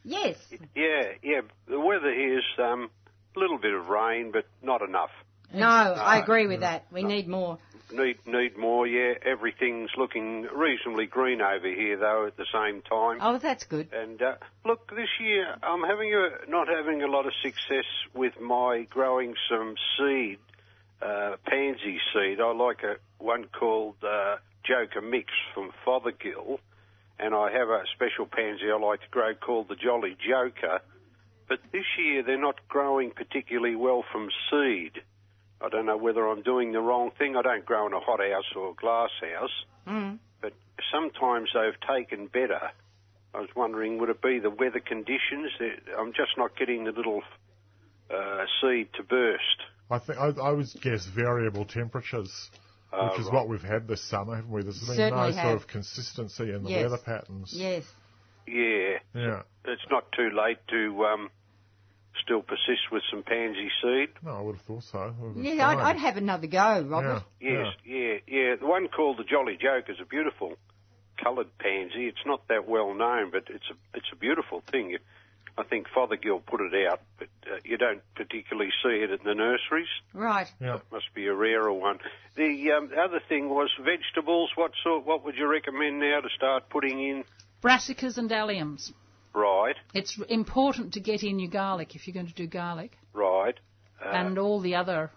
yes. Yeah, yeah. The weather here's um, a little bit of rain, but not enough. No, I agree with that. We need more. Need need more. Yeah, everything's looking reasonably green over here though. At the same time, Oh, that's good. and uh, look, this year I'm having a not having a lot of success with my growing some seed, uh, pansy seed. I like a one called uh, Joker Mix from Fothergill, and I have a special pansy I like to grow called the Jolly Joker. But this year they're not growing particularly well from seed. I don't know whether I'm doing the wrong thing. I don't grow in a hot house or a glass house, Hmm. Mm. but sometimes they've taken better. I was wondering, would it be the weather conditions? That- I'm just not getting the little uh, seed to burst. I think I, I would guess variable temperatures, Ah, which is right. what we've had this summer, haven't we? There's been no Certainly sort have. of consistency in the Yes. weather patterns. Yes. Yeah, Yeah. it's not too late to um, still persist with some pansy seed. No, I would have thought so. It was Yeah, I'd, fine. I'd have another go, yeah. Robert. Yes, yeah, yeah. The one called the Jolly Joker is a beautiful coloured pansy. It's not that well known, but it's a it's a beautiful thing. I think Fothergill put it out, but uh, you don't particularly see it in the nurseries. Right. Yeah. It must be a rarer one. The um, other thing was vegetables. What sort? What would you recommend now to start putting in? Brassicas and alliums. Right, It's r- important to get in your garlic if you're going to do garlic, right. Uh, and all the other,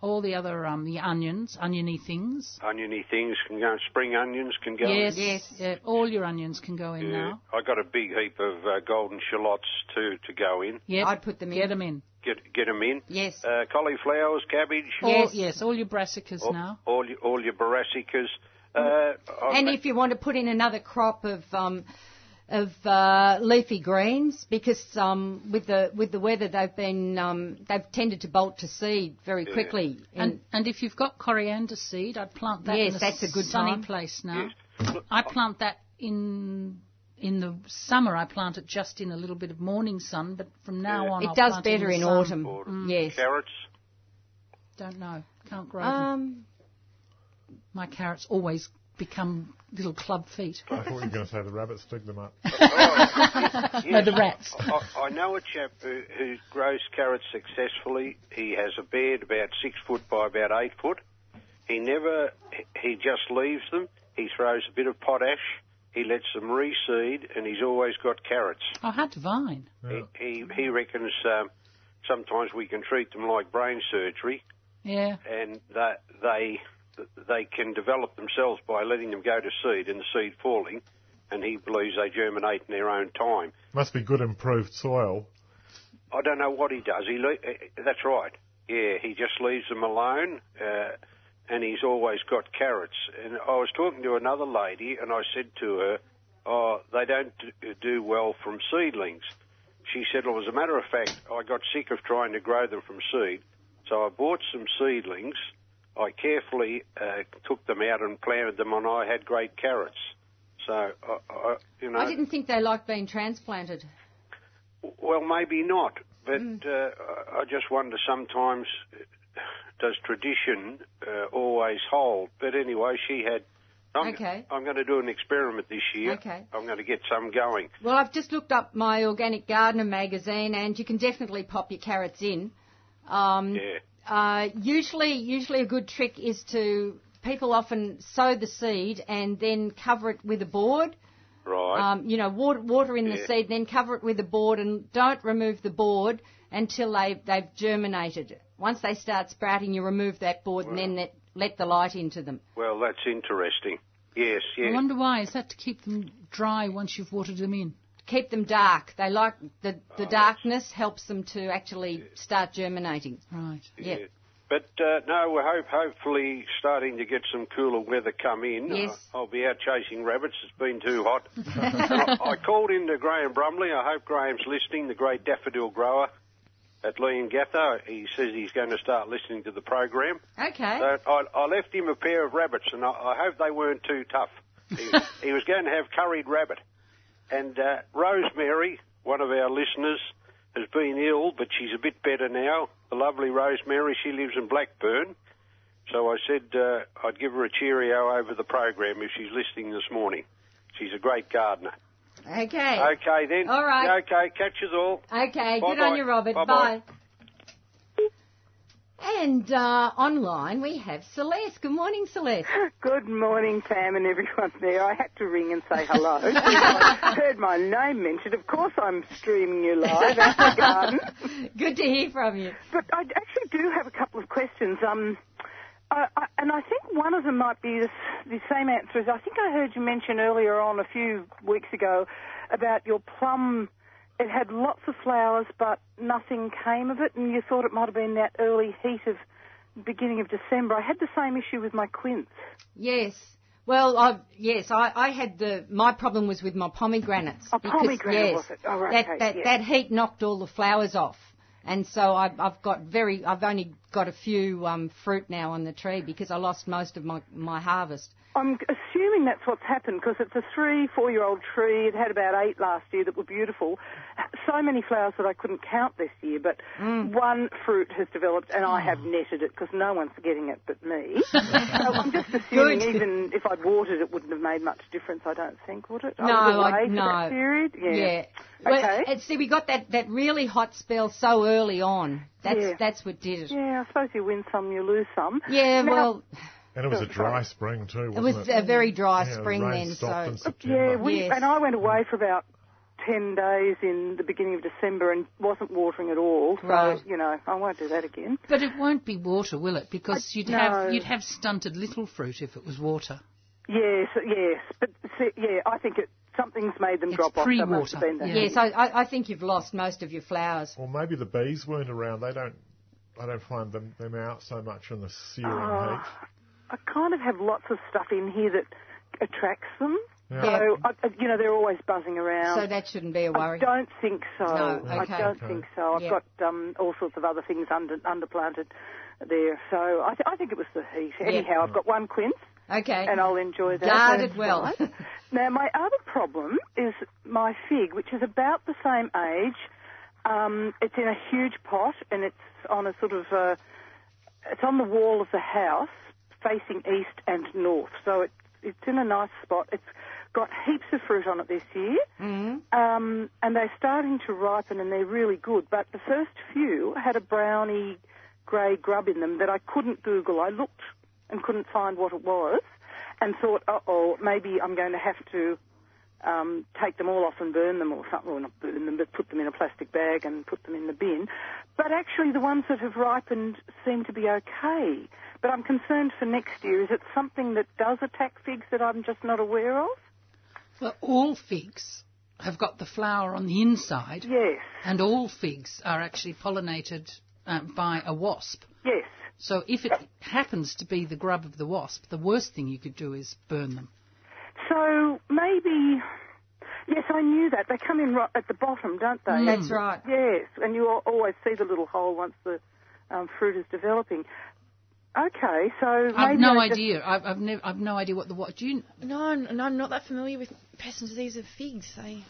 all the other um, the onions, oniony things. oniony things can go. Spring onions can go. Yes, Yes. yeah, all your onions can go in Yeah. now. I got a big heap of uh, golden shallots to to go in. Yep. I'd put them in. Get them in. Get get them in. Yes. Uh, cauliflowers, cabbage, Yes. All, yes, all your brassicas all, now. all your, all your brassicas. Uh, I- Mm. and if you want to put in another crop of um, of uh, leafy greens, because um, with the with the weather they've been um, they've tended to bolt to seed very quickly. And, And, and if you've got coriander seed, I'd plant that Yes, in a that's a good sunny time. place now. Yes. Look, I plant that in in the summer. I plant it just in a little bit of morning sun, but from now Yeah. on, I'll it does plant better it in in, the sun. autumn. Mm. Autumn. Yes. Carrots. Don't know, can't grow them. Um, My carrots always become little club feet. I thought you were going to say the rabbits dig them up. Yes. the rats. I, I know a chap who, who grows carrots successfully. He has a bed about six foot by about eight foot. He never, he- he just leaves them. He throws a bit of potash He lets them reseed, and he's always got carrots. Oh, how divine. Yeah. He he reckons um, sometimes we can treat them like brain surgery, Yeah. and that they they can develop themselves by letting them go to seed and the seed falling, and he believes they germinate in their own time. Must be good improved soil. I don't know what he does. He le- eh, that's right. Yeah, he just leaves them alone, uh, and he's always got carrots. And I was talking to another lady, and I said to her, "Oh, they don't d- do well from seedlings." She said, "Well, as a matter of fact, I got sick of trying to grow them from seed, so I bought some seedlings. I carefully uh, took them out and planted them, and I had great carrots." So, I, I, you know, I didn't think they liked being transplanted. well, maybe not, but Hmm. uh, I I just wonder sometimes uh, does tradition uh, always hold? But anyway, she had. I'm, Okay. I'm going to do an experiment this year. Okay. I'm going to get some going. Well, I've just looked up my Organic Gardener magazine, and you can definitely pop your carrots in. Um, Yeah. uh, usually, usually a good trick is to people often sow the seed and then cover it with a board. Right. Um, you know, water, water in the Yeah. seed, then cover it with a board, and don't remove the board until they they've germinated. Once they start sprouting, you remove that board and then let, let the light into them. well, that's interesting. Yes. I Yes. wonder why. Is that to keep them dry once you've watered them in? Keep them dark. They like the Oh, the darkness helps them to actually start germinating. Right. Yeah. But uh, no, we're hope, hopefully starting to get some cooler weather come in. Yes. I, will be out chasing rabbits. It's been too hot. And Oh, I, I called in to Graham Brumley. I hope Graham's listening, the great daffodil grower at Lee and Gatho. He says he's going to start listening to the program. Okay. So I, I left him a pair of rabbits, and I, I hope they weren't too tough. He, he was going to have curried rabbit. And uh, Rosemary, one of our listeners, has been ill, but she's a bit better now. The lovely Rosemary, she lives in Blackburn. So I said uh, I'd give her a cheerio over the program if she's listening this morning. She's a great gardener. okay. Okay, then. All right. Okay, catch us all. Okay, good Bye-bye. on you, Robert. Bye-bye. And uh, online we have Celeste. Good morning, Celeste. Good morning, Pam and everyone there. I had to ring and say hello. I heard my name mentioned. Of course, I'm streaming you live at the garden. Good to hear from you. But I actually do have a couple of questions. Um, I, I, and I think one of them might be this, the same answer as I think I heard you mention earlier on a few weeks ago about your plum. It had lots of flowers, but nothing came of it, and you thought it might have been that early heat of beginning of December. I had the same issue with my quince. Yes. Well, I, yes, I, I had the my problem was with my pomegranates. Oh, because- pomegranate yes, was it? Oh, right, that okay, that, yes. that heat knocked all the flowers off, and so I've, I've got very I've only got a few um, fruit now on the tree because I lost most of my my harvest. I'm assuming that's what's happened because it's a three, four year old tree. It had about eight last year that were beautiful. So many flowers that I couldn't count this year, but Mm. one fruit has developed and I Oh. have netted it because no one's getting it but me. so I'm just assuming Good. even if I'd watered it wouldn't have made much difference, I don't think, would it? No, I was away I- for no. that period. Yeah. Yeah. Well, Okay. and see, we got that, that really hot spell so early on. That's Yeah. that's what did it. Yeah, Yeah, I suppose you win some, you lose some. Now- well, And it was a dry spring too, wasn't it? it was a very dry Yeah, spring rain then, stopped so in September. Yeah, we Yes. and I went away for about ten days in the beginning of December and wasn't watering at all. So Right. you know, I won't do that again. But it won't be water, will it? Because you'd no. have you'd have stunted little fruit if it was water. Yes, yes, but see, yeah, I think it something's made them It's drop off. That must pre-water, have been that. yeah. yes, I, I, I think you've lost most of your flowers. Or maybe the bees weren't around. They don't. I don't find them them out so much in the searing Ah. Ah, I kind of have lots of stuff in here that attracts them. Yeah. So I, I- you know, they're always buzzing around. So that shouldn't be a I worry. don't think so. No, okay. I don't Okay. think so. I've Yeah. got um, all sorts of other things under underplanted there, so I, th- I think it was the heat. Anyhow, I've got one quince. Okay. and I'll enjoy that. Guarded That's well. right. now, my other problem is my fig, which is about the same age. Um, it's in a huge pot, and it's on a sort of uh it's on the wall of the house, facing east and north. So it, it's in a nice spot. It's got heaps of fruit on it this year, um, and they're starting to ripen, and they're really good. But the first few had a browny grey grub in them that I couldn't Google. I looked and couldn't find what it was, and thought, uh oh, maybe I'm going to have to um, take them all off and burn them or something, or not burn them, but put them in a plastic bag and put them in the bin. But actually, the ones that have ripened seem to be okay. But I'm concerned for next year. Is it something that does attack figs that I'm just not aware of? Well, all figs have got the flower on the inside, Yes, and all figs are actually pollinated um, by a wasp. yes. So if it happens to be the grub of the wasp, the worst thing you could do is burn them. So maybe, yes, I knew that. They come in right at the bottom, don't they? That's right. Yes, and you al- always see the little hole once the um, fruit is developing. Okay, so I've maybe no I just- idea. I've, I've, nev- I've no idea what the what. Do you? No, n- no, I'm not that familiar with pest and disease of figs. They,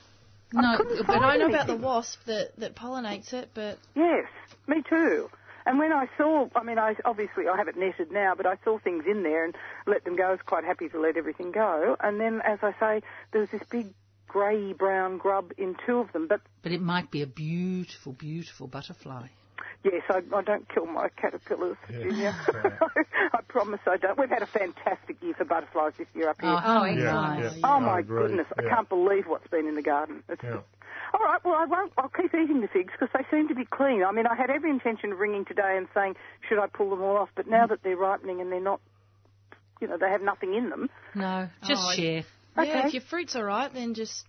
No, couldn't but find but I know anything. about the wasp that, that pollinates it, but Yes, me too. And when I saw, I mean, I obviously I have it netted now, but I saw things in there and let them go. I was quite happy to let everything go. And then, as I say, there was this big grey brown grub in two of them. But But it might be a beautiful, beautiful butterfly. yes, I, I don't kill my caterpillars, Virginia. I promise I don't. We've had a fantastic year for butterflies this year up here. how yeah, nice. yeah. Oh I my agree, goodness! yeah. I can't believe what's been in the garden. It's Yeah. All right, well I won't. I'll keep eating the figs because they seem to be clean. I mean, I had every intention of ringing today and saying should I pull them all off, but now that they're ripening and they're not, you know, they have nothing in them. No, just Oh, I- share. Okay. yeah, if your fruit's all right, then just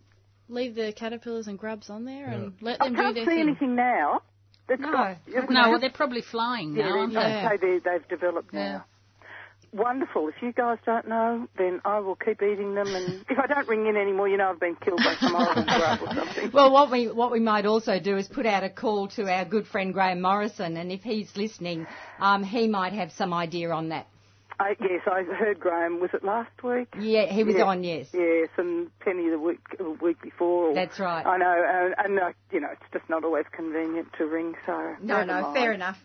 leave the caterpillars and grubs on there and let I them do can't see their thing. anything now. That's No. got- No, well, they're probably flying now, aren't they? Okay, they they've developed now. Wonderful. If you guys don't know, then I will keep eating them. And if I don't ring in anymore, you know I've been killed by some horrible grub or something. Well, what we what we might also do is put out a call to our good friend Graham Morrison, and if he's listening, um, he might have some idea on that. I, yes, I heard Graham. Was it last week? Yeah, he was Yeah. on. Yes. Yes, and Penny the week the week before. Or, That's right. I know, and, and uh, you know, it's just not always convenient to ring. So No, never no, mind. fair enough.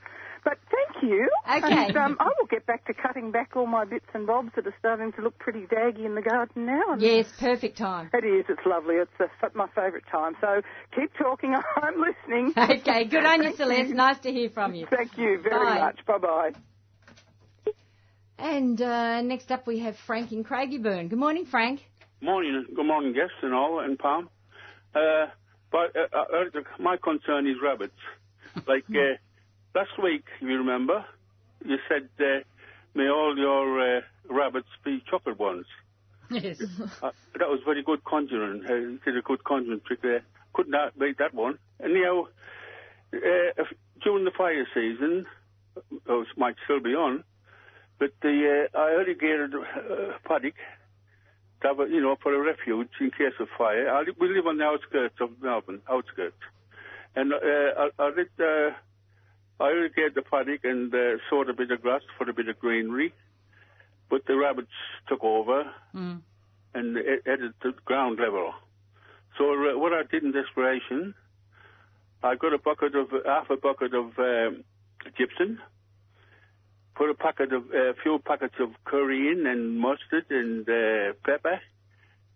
But thank you. Okay. And, um, I will get back to cutting back all my bits and bobs that are starting to look pretty daggy in the garden now. And Yes, perfect time. It is. It's lovely. It's a, f- my favourite time. So keep talking. I'm listening. Okay, good on you, Celeste. Nice to hear from you. Thank you very Bye. much. Bye bye. And uh, next up, we have Frank in Craigieburn. Good morning, Frank. Morning, good morning, guests and all, and Pam. Uh, but uh, uh, uh, my concern is rabbits. Like uh, last week, you remember, you said uh, may all your uh, rabbits be chocolate ones. Yes. Uh, that was very good conjuring. Uh, you did a good conjuring trick there. Could not make that one. Anyhow, uh, if, during the fire season, oh, it might still be on, but the uh, I irrigated uh, paddock, to have a, you know, for a refuge in case of fire. I, li- we live on the outskirts of Melbourne, outskirts, and uh, I, I did. Uh, I irrigated the paddock and uh, sowed a bit of grass for a bit of greenery, but the rabbits took over Mm. and it, it is the ground level. So uh, what I did in desperation, I got a bucket of half a bucket of um, gypsum, put a packet of a few packets of curry in and mustard and uh, pepper,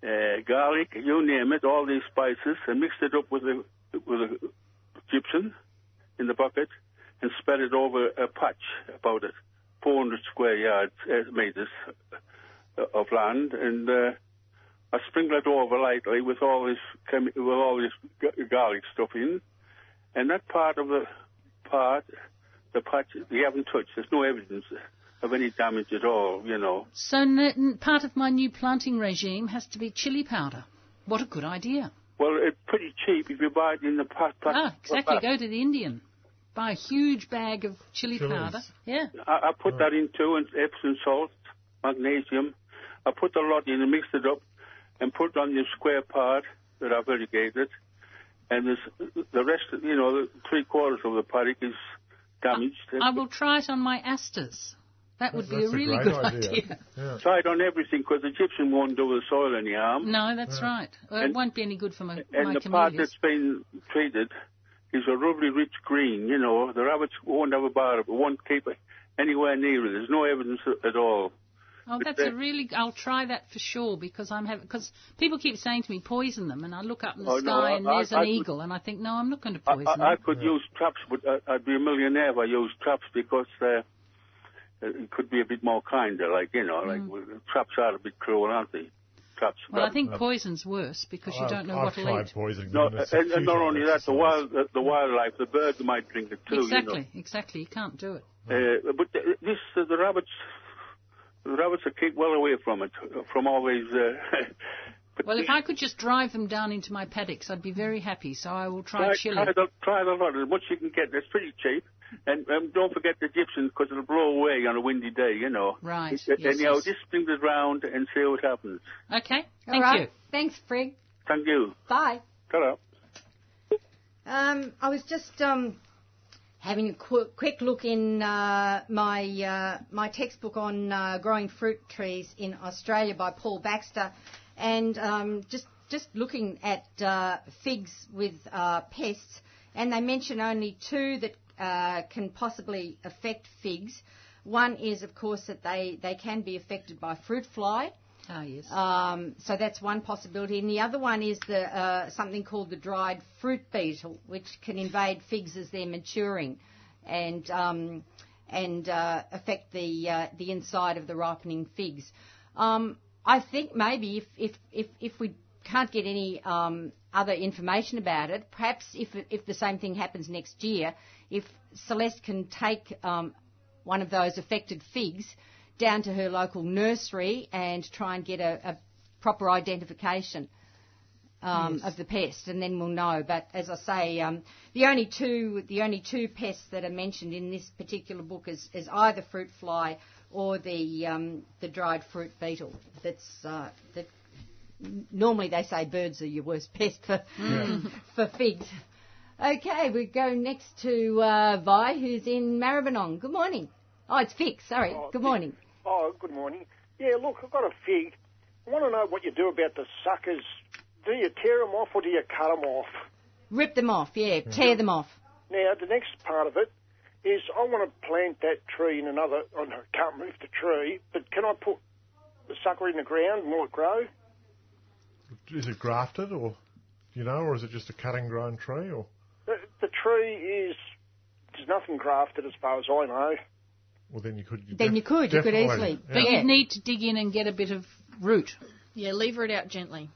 uh, garlic, you name it, all these spices, and mixed it up with the with the gypsum in the bucket, and spread it over a patch about it, 400 square yards uh, meters uh, of land, and uh, I sprinkle it over lightly with all this chemi- with all this g- garlic stuff in, and that part of the part, the patch we haven't touched. There's no evidence of any damage at all, you know. So n- n- part of my new planting regime has to be chili powder. What a good idea. Well, it's pretty cheap if you buy it in the pack. pack Ah, exactly. Go to the Indian. Buy a huge bag of chili Chilies. powder. Yeah. I, I Mm. put that in too, and Epsom salt, magnesium. I put a lot in and mixed it up and put it on the square part that I've irrigated. And this, the rest, you know, the three quarters of the paddock is damaged. I will try it on my asters. That would be a That's a really great good idea. idea. Yeah. Try it on everything because the gypsum won't do the soil any harm. No, that's right. Well, it And- won't be any good for my, and my the part camellias. that's been treated is a really rich green. You know, the rabbits won't have a bar of it, won't keep it anywhere near it. There's no evidence at all. Oh, But that's the- a really. I'll try that for sure because I'm having because people keep saying to me poison them, and I look up in the Oh, no, sky I- and there's I- an I- eagle, and I think no, I'm not going to I, poison them. I, I could use traps, but I, I'd be a millionaire if I used traps because uh, it could be a bit more kinder. Like you know, like well, traps are a bit cruel, aren't they? cups. Mm. Well, I But- think poison's worse because you I've- don't know I've what'll tried eat. poisoning No, them, and it's a and, and not futile only that, the exercise. wild, the, the wildlife, the birds might drink it too. Exactly, exactly. You can't do it. You know. uh, but th- this, uh, the rabbits, the rabbits are keep well away from it, uh, from all these. Uh, but Well, if these- I could just drive them down into my paddocks, I'd be very happy. So I will try try, chili. try the try the lot as much you can get. It's pretty cheap, and um, don't forget the gypsum because it'll blow away on a windy day. You know. Right, And, yes, you know, yes. just bring it round and see what happens. Okay, All thank right. you. Thanks, Frig. Thank you. Bye. ta Um, I was just um, having a qu- quick look in uh, my uh, my textbook on uh, growing fruit trees in Australia by Paul Baxter, and um, just just looking at uh, figs with uh, pests, and they mention only two that uh, can possibly affect figs. One is, of course, that they, they can be affected by fruit fly, Ah, yes. um, so that's one possibility. And the other one is the, uh, something called the dried fruit beetle, which can invade figs as they're maturing and, um, and uh, affect the, uh, the inside of the ripening figs. Um, I think maybe if, if, if, if we can't get any um, other information about it, perhaps if, if the same thing happens next year, if Celeste can take um, one of those affected figs down to her local nursery and try and get a, a proper identification um, of the pest, and then we'll know. But as I say, um, the only two the only two pests that are mentioned in this particular book is, is either fruit fly or the um, the dried fruit beetle. That's uh, that. Normally they say birds are your worst pest for for figs. Okay, we go next to uh, Vi, who's in Maribyrnong. Good morning. Oh, it's Vic. Sorry. Oh, Good Vic. morning. Oh, good morning. Yeah, look, I've got a fig. I want to know what you do about the suckers. Do you tear them off or do you cut them off? Rip them off, yeah. Tear them off. Now, the next part of it is I want to plant that tree in another. I know, can't move the tree, but can I put the sucker in the ground and let it grow? uh, Is it grafted, or you know, or is it just a cut and grown tree, or The, the tree is. There's nothing grafted as far as I know. well, then you could. Then you could, you could definitely, easily. yeah. But Yeah. you'd need to dig in and get a bit of root. Yeah, lever it out gently.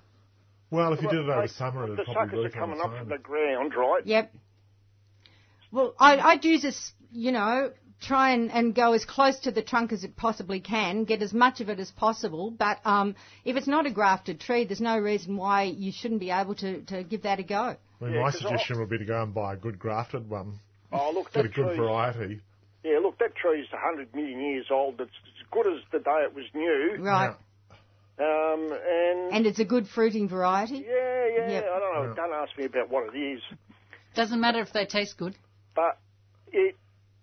Well, if you did it Well, over like, summer, it'd The probably suckers are work on coming its up from own. the ground, right? Yep. Well, I, I'd use this, you know, try and, and go as close to the trunk as it possibly can, get as much of it as possible. But um, if it's not a grafted tree, there's no reason why you shouldn't be able to, to give that a go. I mean, Yeah, my 'cause suggestion would be to go and buy a good grafted one, Oh, look, get that a good tree. variety. Yeah, look, that tree's 100 million years old. It's as good as the day it was new. Right. Yeah. Um, and, And it's a good fruiting variety. yeah, yeah, Yep. I don't know. Yeah. Don't ask me about what it is, Doesn't matter if they taste good. but it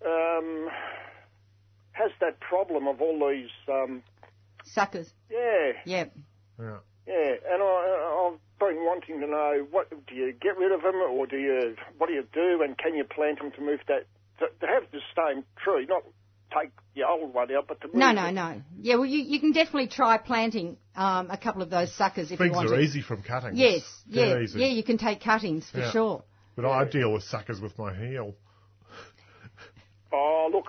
um, has that problem of all these. Um, Suckers. yeah, Yep. Yeah. yeah. And I, I've been wanting to know what do you get rid of them, or do you what do you do, and can you plant them to move that to, to have the same tree, not take the old one out, but to move No, it. no, no. Yeah, well, you, you can definitely try planting um, a couple of those suckers if you Figs want are to. easy from cutting. Yes, yeah, They're easy. yeah. You can take cuttings for Yeah. sure. But I deal with suckers with my heel. Oh, look,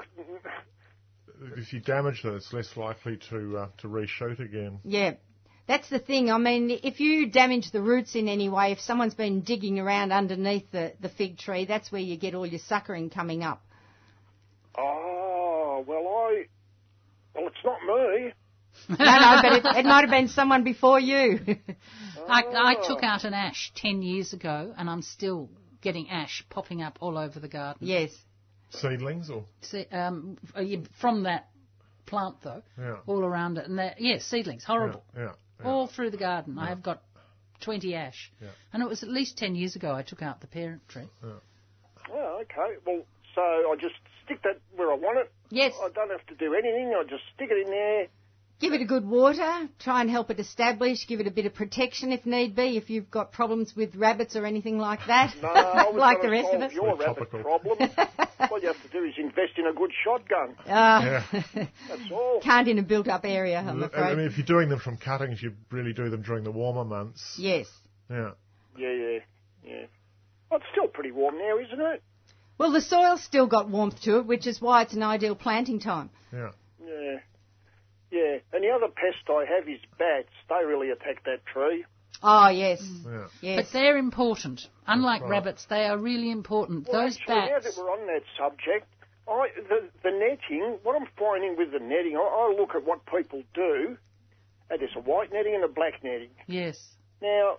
If you damage them, it's less likely to uh, to reshoot again. Yeah. That's the thing. I mean, if you damage the roots in any way, if someone's been digging around underneath the, the fig tree, that's where you get all your suckering coming up. Oh, well, I. Well, it's not me. No, no, but it, it might have been someone before you. I, I took out an ash 10 years ago and I'm still getting ash popping up all over the garden. yes. Seedlings or See, um, uh, yeah, from that plant though, Yeah. all around it. And that, yeah, seedlings, horrible. yeah, yeah. All through the garden. I have got 20 ash. And it was at least 10 years ago I took out the parent tree. Oh, okay. Well, so I just stick that where I want it. Yes. I don't have to do anything. I just stick it in there. Give it a good water. Try and help it establish. Give it a bit of protection if need be, if you've got problems with rabbits or anything like that. No, I was like the gonna rest of solve us. your Very rabbit topical. problem. All you have to do is invest in a good shotgun. Uh, yeah. That's all. Can't in a built up area, Oh, I'm afraid. I mean, if you're doing them from cuttings, you really do them during the warmer months. yes. Yeah. Yeah, yeah, yeah. Well, it's still pretty warm now, isn't it? Well, the soil's still got warmth to it, which is why it's an ideal planting time. Yeah. Yeah. Yeah, and the other pest I have is bats. They really attack that tree. Oh, yes. Yeah. Yes. Mm. But they're important. Unlike Right. rabbits, they are really important. Well, Those actually, now that bats. we're on that subject, I, the, the netting, what I'm finding with the netting, I, I look at what people do, and there's a white netting and a black netting. Yes. Now,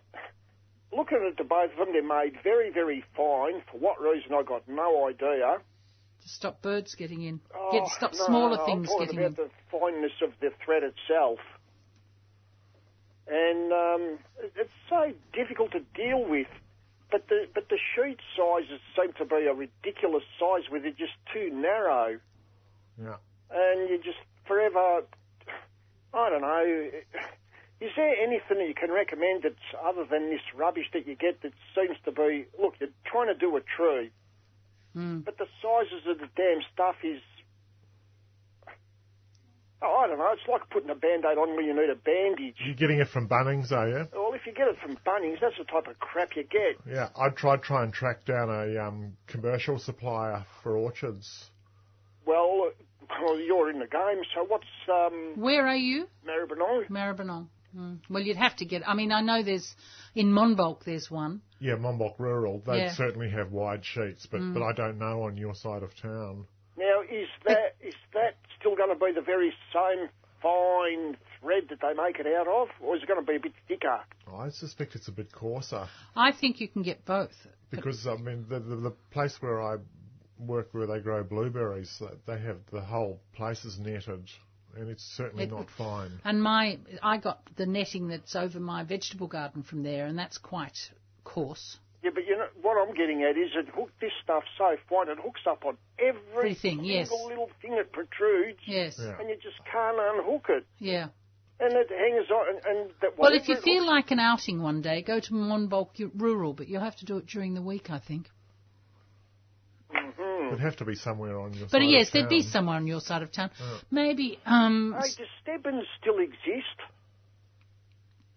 looking at the both of them, they're made very, very fine. For what reason, I got no idea. To stop birds getting in. Oh, Get stop no, smaller I'm things talking getting in. about the fineness of the thread itself. And um, it- it's so difficult to deal with. But the but the sheet sizes seem to be a ridiculous size where they're just too narrow, Yeah. and you just forever. I don't know. Is there anything that you can recommend that's other than this rubbish that you get that seems to be? Look, you're trying to do a tree, Hmm. Mm. but the sizes of the damn stuff is. Oh, I don't know. It's like putting a band aid on when you need a bandage. You're getting it from Bunnings, are you? Well, if you get it from Bunnings, that's the type of crap you get. Yeah, I tried try and track down a um, commercial supplier for orchards. Well, well, you're in the game, so what's um, Where are you? Maribyrnong? Maribyrnong. Mm. Well, you'd have to get. I mean, I know there's in Monbulk there's one. Yeah, Mombok Rural. They Yeah. certainly have wide sheets, Hmm. but, but I don't know on your side of town. Now, is that is that still going to be the very same fine thread that they make it out of, or is it going to be a bit thicker? I suspect it's a bit coarser I think you can get both. because I mean the the, the place where I work where they grow blueberries, that- they have the whole place is netted, and it's certainly It- not fine. And my, I got the netting that's over my vegetable garden from there, and that's quite coarse. Yeah, but you know what I'm getting at is it hooked this stuff so fine it hooks up on every Everything, single yes. little thing that protrudes, Yes. Yeah. and you just can't unhook it, yeah. and it hangs on. And, and that Well, if you whatever it feel like an outing one day, go to Monbulk U- Rural, but you'll have to do it during the week, I think. Mm-hmm. It'd have to be somewhere on your side. Hmm. But of yes, there'd be town. Oh. somewhere on your side of town. Maybe um, Hey, s- does Stebbins still exist?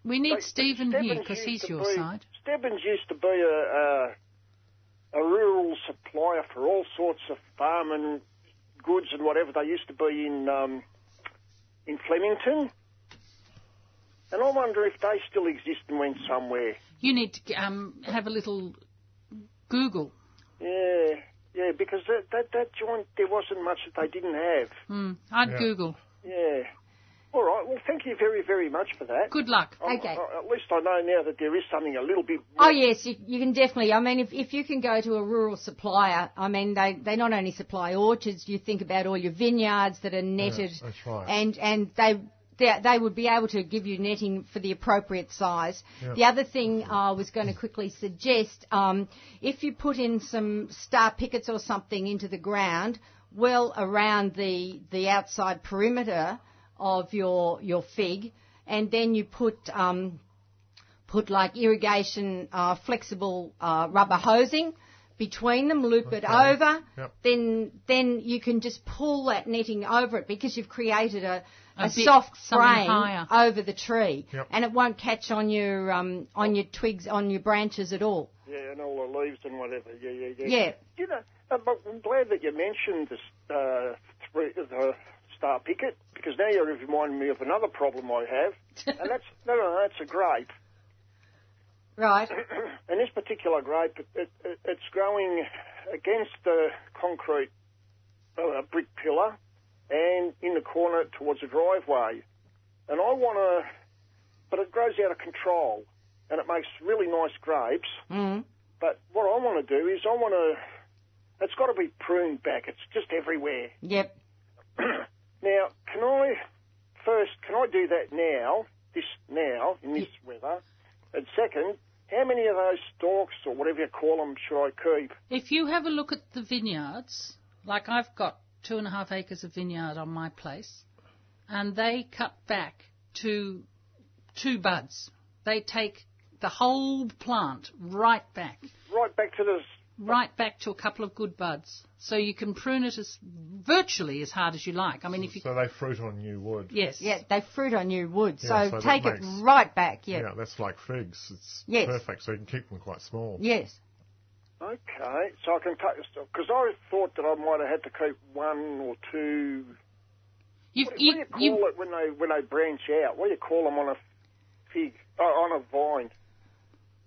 we need Like, Stephen here Stebbins because used he's to your be- side. Stebbins used to be a, a, a rural supplier for all sorts of farming goods and whatever. They used to be in um, in Flemington, and I wonder if they still exist and went somewhere. You need to g- um, have a little Google. Yeah, yeah, because that that, that joint there wasn't much that they didn't have. Hmm. I'd Yeah. Google. Yeah. All right. Well, thank you very very much for that. Good luck. I'm- Okay. I- at least I know now that there is something a little bit. Oh yes, you, you can definitely. I mean, if, if you can go to a rural supplier, I mean, they, they not only supply orchards. You think about all your vineyards that are netted, Yeah, that's right. and and they, they they would be able to give you netting for the appropriate size. Yeah. The other thing I was going to quickly suggest, um, if you put in some star pickets or something into the ground, well around the the outside perimeter of your your fig, and then you put um, put like irrigation uh, flexible uh, rubber hosing between them, loop it Okay. over. Yep. Then then you can just pull that netting over it because you've created a, A a, bit- soft something frame higher. over the tree, Yep. and it won't catch on your um, on your twigs on your branches at all. Yeah, and all the leaves and whatever. Yeah, yeah, yeah. Yeah. You know, uh, but I'm glad that you mentioned the, uh, three, the star picket because now you're reminding me of another problem I have, and that's no, no, no, that's a grape. Right. and this particular grape, it, it, it's growing against the concrete uh, brick pillar and in the corner towards the driveway. And I want to, but it grows out of control and it makes really nice grapes. Mm. But what I want to do is I want to. It's got to be pruned back. It's just everywhere. Yep. Now, can I first? Can I do that now? This now in this weather. And second, how many of those stalks or whatever you call them should I keep? If you have a look at the vineyards, like I've got two and a half acres of vineyard on my place, and they cut back to two buds. They take the whole plant right back, Right back to the. right back to a couple of good buds. So you can prune it as virtually as hard as you like. I mean, if you So they fruit on new wood. yes, Yeah, they fruit on new wood, Yeah, so, so that take it makes- right back. Yeah. Yeah, that's like figs. It's Yes. perfect, so you can keep them quite small. Yes. Okay, so I can take because I thought that I might have had to keep one or two. What, do- what do you call it when they when they branch out? What do you call them on a fig? Oh, on a vine?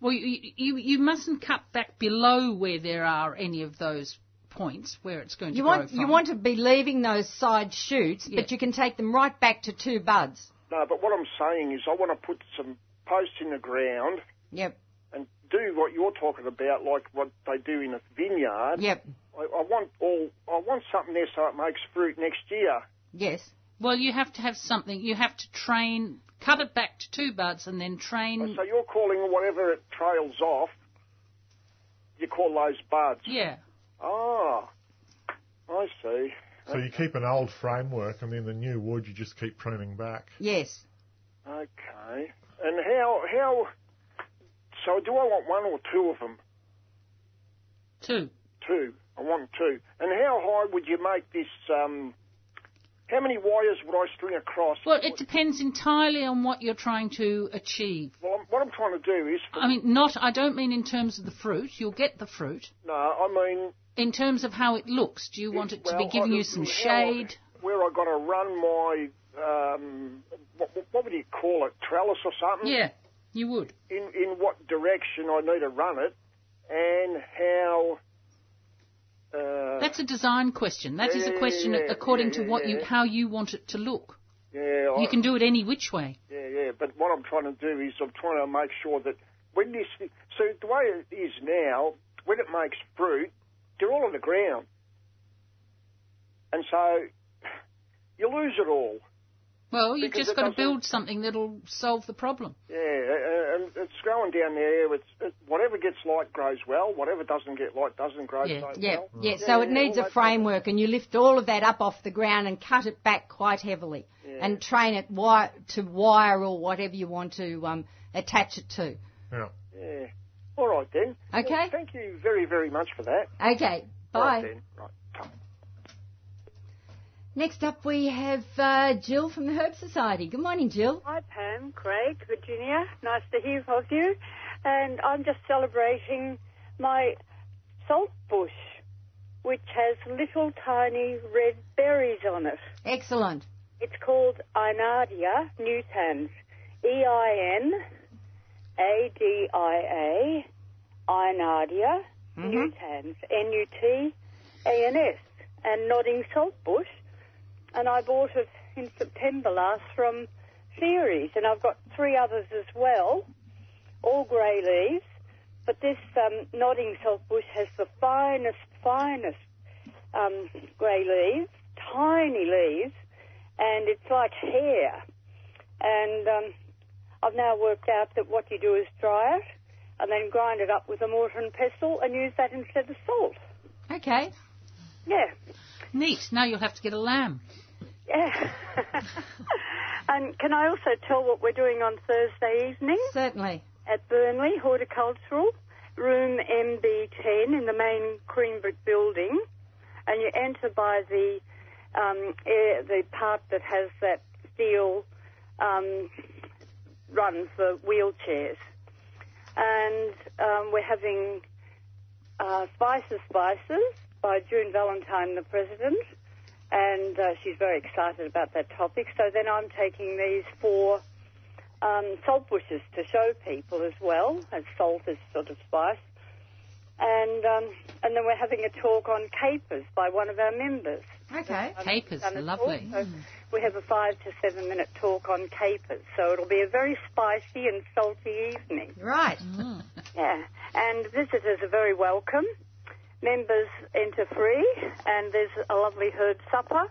Well, you, you, you mustn't cut back below where there are any of those points where it's going to You grow want from. you want to be leaving those side shoots, but you can take them right back to two buds. No, but what I'm saying is I want to put some posts in the ground Yep. and do what you're talking about, like what they do in a vineyard. Yep. I, I want all. I want something there so it makes fruit next year. Yes. Well, you have to have something. You have to train, cut it back to two buds, and then train. So you're calling whatever it trails off. You call those buds. Yeah. Ah, I see. So you keep an old framework, and then the new wood you just keep pruning back. Yes. Okay. And how how? So do I want one or two of them? Two. Two. I want two. And how high would you make this? Um, how many wires would I string across? Well, it depends entirely on what you're trying to achieve. Well, I'm, what I'm trying to do is, I mean, not. I don't mean in terms of the fruit. You'll get the fruit. no, I mean, In terms of how it looks, do you want it to well, be giving I- you some how- shade? where I got to run my um, what, what would you call it? Trellis or something? Yeah, you would. in in what direction I need to run it, and how. Uh, That's a design question. That is yeah, a question yeah, according yeah, to what yeah. you, how you want it to look. yeah, I, You can do it any which way. yeah, yeah. But what I'm trying to do is I'm trying to make sure that when this thing, so the way it is now, when it makes fruit, they're all on the ground, and so you lose it all. Well, you've Because just it got to doesn't- build something that'll solve the problem. Yeah, uh, and it's growing down there. It's it, whatever gets light grows well. Whatever doesn't get light doesn't grow Yeah. so Yeah, well. yeah. So it yeah, all that needs a kind of- framework, and you lift all of that up off the ground and cut it back quite heavily, and train it wire, to wire or whatever you want to um, attach it to. Yeah. Yeah. All right then. Okay. Well, thank you very, very much for that. Okay, All bye. right then. Right. Next up, we have uh, Jill from the Herb Society. Good morning, Jill. Hi, Pam, Craig, Virginia. Nice to hear of you. And I'm just celebrating my salt bush, which has little tiny red berries on it. Excellent. It's called Einadia nutans. E I N A D I A, Einadia Mm-hmm. nutans. N U T A N S. And nodding saltbush. And I bought it in September last from Theories. And I've got three others as well, all grey leaves. But this um, nodding saltbush has the finest, finest um, grey leaves, tiny leaves and it's like hair. And um, I've now worked out that what you do is dry it and then grind it up with a mortar and pestle and use that instead of salt. Okay. Yeah, Neat. Now you'll have to get a lamb. yeah. and can I also tell what we're doing on Thursday evening Certainly. at Burnley Horticultural, room MB10 in the main Greenbrick building? And you enter by the um, air, the part that has that steel um, run for wheelchairs. And um, we're having uh, Spices Spices by June Valentine, the president, and uh, she's very excited about that topic. So then I'm taking these four um, salt bushes to show people as well, as salt is sort of spice. And um, and then we're having a talk on capers by one of our members. Okay. Um, Capers done are a lovely. talk, so we have a five to seven minute talk on capers, so it'll be a very spicy and salty evening. Right. Yeah, and visitors are very welcome. Members enter free, and there's a lovely herb supper,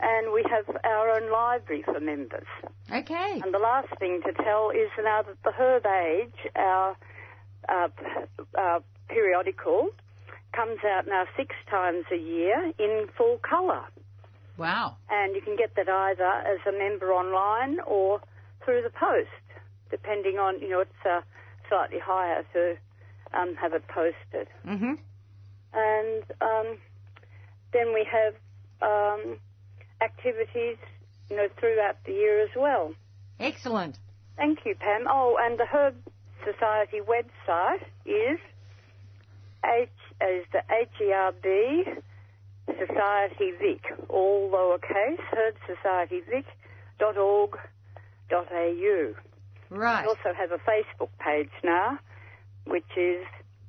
and we have our own library for members. Okay. And the last thing to tell is now that the Herb Age, our, uh, p- our periodical, comes out now six times a year in full colour. Wow. And you can get that either as a member online or through the post, depending on, you know, it's uh, slightly higher to um, have it posted. hmm And um, then we have um, activities, you know, throughout the year as well. Excellent. Thank you, Pam. Oh, and the Herb Society website is H is the H E R B Society Vic, all lowercase, herdsocietyvic.org.au. Right. We also have a Facebook page now, which is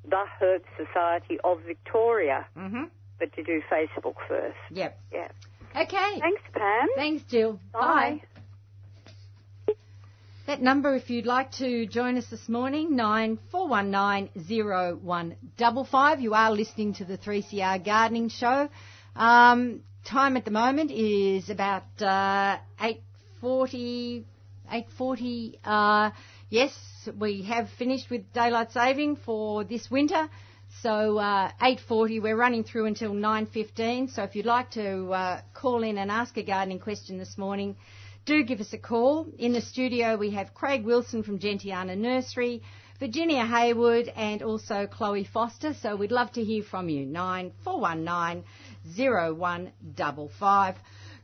the Herd Society of Victoria, Mm-hmm. but you do Facebook first. Yep. Yeah. Okay. Thanks, Pam. Thanks, Jill. Bye. That number, if you'd like to join us this morning, nine four one nine zero one double five. You are listening to the 3CR Gardening Show. Um, time at the moment is about uh, 8.40, 8.40. Uh, yes, we have finished with daylight saving for this winter. So uh, 8:40, we're running through until 9:15. So if you'd like to uh, call in and ask a gardening question this morning, do give us a call. In the studio, we have Craig Wilson from Gentiana Nursery, Virginia Hayward, and also Chloe Foster. So we'd love to hear from you. Nine four one nine zero one double five.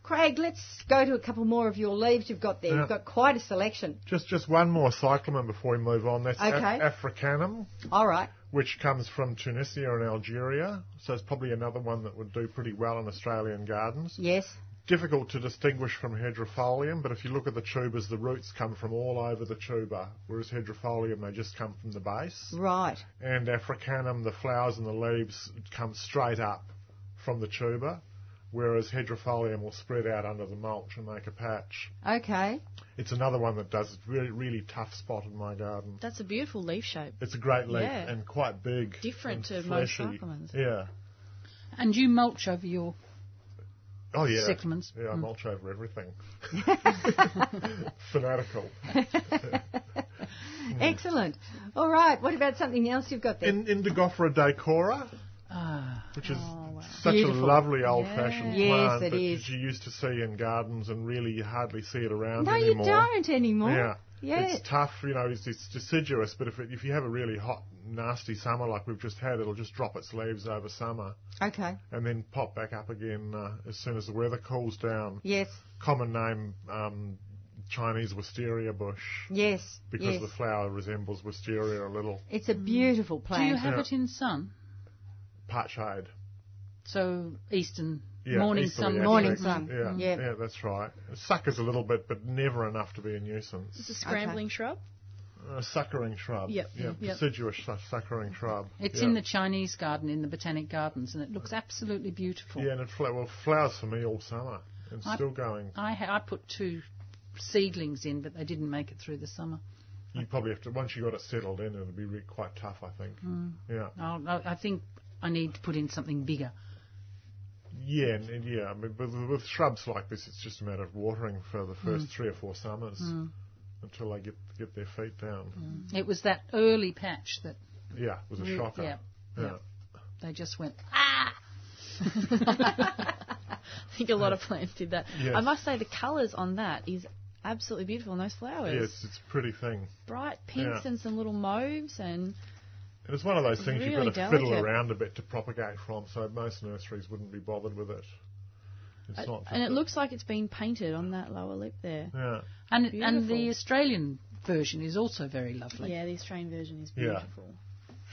Craig, let's go to a couple more of your leaves you've got there. Yeah. You've got quite a selection. Just just one more cyclamen before we move on. That's Af- Okay. Africanum, All right. which comes from Tunisia and Algeria. So it's probably another one that would do pretty well in Australian gardens. Yes. Difficult to distinguish from Hedropholium, but if you look at the tubers, the roots come from all over the tuber, whereas Hedropholium, they just come from the base. Right. And Africanum, the flowers and the leaves come straight up from the tuber, whereas Hedropholium will spread out under the mulch and make a patch. Okay. It's another one that does a really, really tough spot in my garden. That's a beautiful leaf shape. It's a great leaf Yeah. and quite big. Different and to most fleshy. cyclamens. Yeah. And you mulch over your Oh, yeah. cyclamens. Yeah, Mm. I mulch over everything. Fanatical. Excellent. All right. What about something else you've got there? In Indigofera decora, Ah, which is wow. such a Beautiful. lovely old-fashioned Yeah. Yes, plant it that is. you used to see in gardens, and really you hardly see it around no, anymore. you don't anymore. Yeah. Yeah. It's tough, you know, it's, it's deciduous, but if, it, if you have a really hot, nasty summer like we've just had, it'll just drop its leaves over summer Okay. and then pop back up again uh, as soon as the weather cools down. Yes. Common name um, Chinese wisteria bush Yes. because yes. the flower resembles wisteria a little. it's a beautiful Mm. do you plant. have Yeah. it in sun? Part shade. So eastern Yeah, morning easterly sun. aspect. Morning sun. Yeah, Yeah. yeah, that's right. It suckers a little bit, but never enough to be a nuisance. It's a scrambling shrub. A suckering shrub. Yep, Yeah, yep. deciduous su- suckering shrub. It's yeah. in the Chinese garden in the Botanic Gardens, and it looks absolutely beautiful. Yeah, and it fl- well, flowers for me all summer. And I- still going. I ha- I put two seedlings in, but they didn't make it through the summer. You probably have to, once you got it settled in, it'll be re- quite tough, I think. Hmm. Hmm. Yeah. I'll, I I think I need to put in something bigger. Yeah, and, and yeah. I mean, with, with shrubs like this, it's just a matter of watering for the first Hmm. three or four summers until they get get their feet down. Mm. It was that early patch that Yeah, it was a Mm, shocker. yeah, Yeah. they just went. "Ah!" I think a lot of plants did that. Yes. I must say the colours on that is absolutely beautiful on those flowers. Yeah, it's, it's a pretty thing. Bright pinks Yeah. and some little mauves and And it's one of those things Really you've got to fiddle delicate. around a bit to propagate from, so most nurseries wouldn't be bothered with it. It's not. and it looks like it's been painted on that lower lip there. Yeah. And and the Beautiful. Australian version is also very lovely. Yeah, the Australian version is Yeah. beautiful.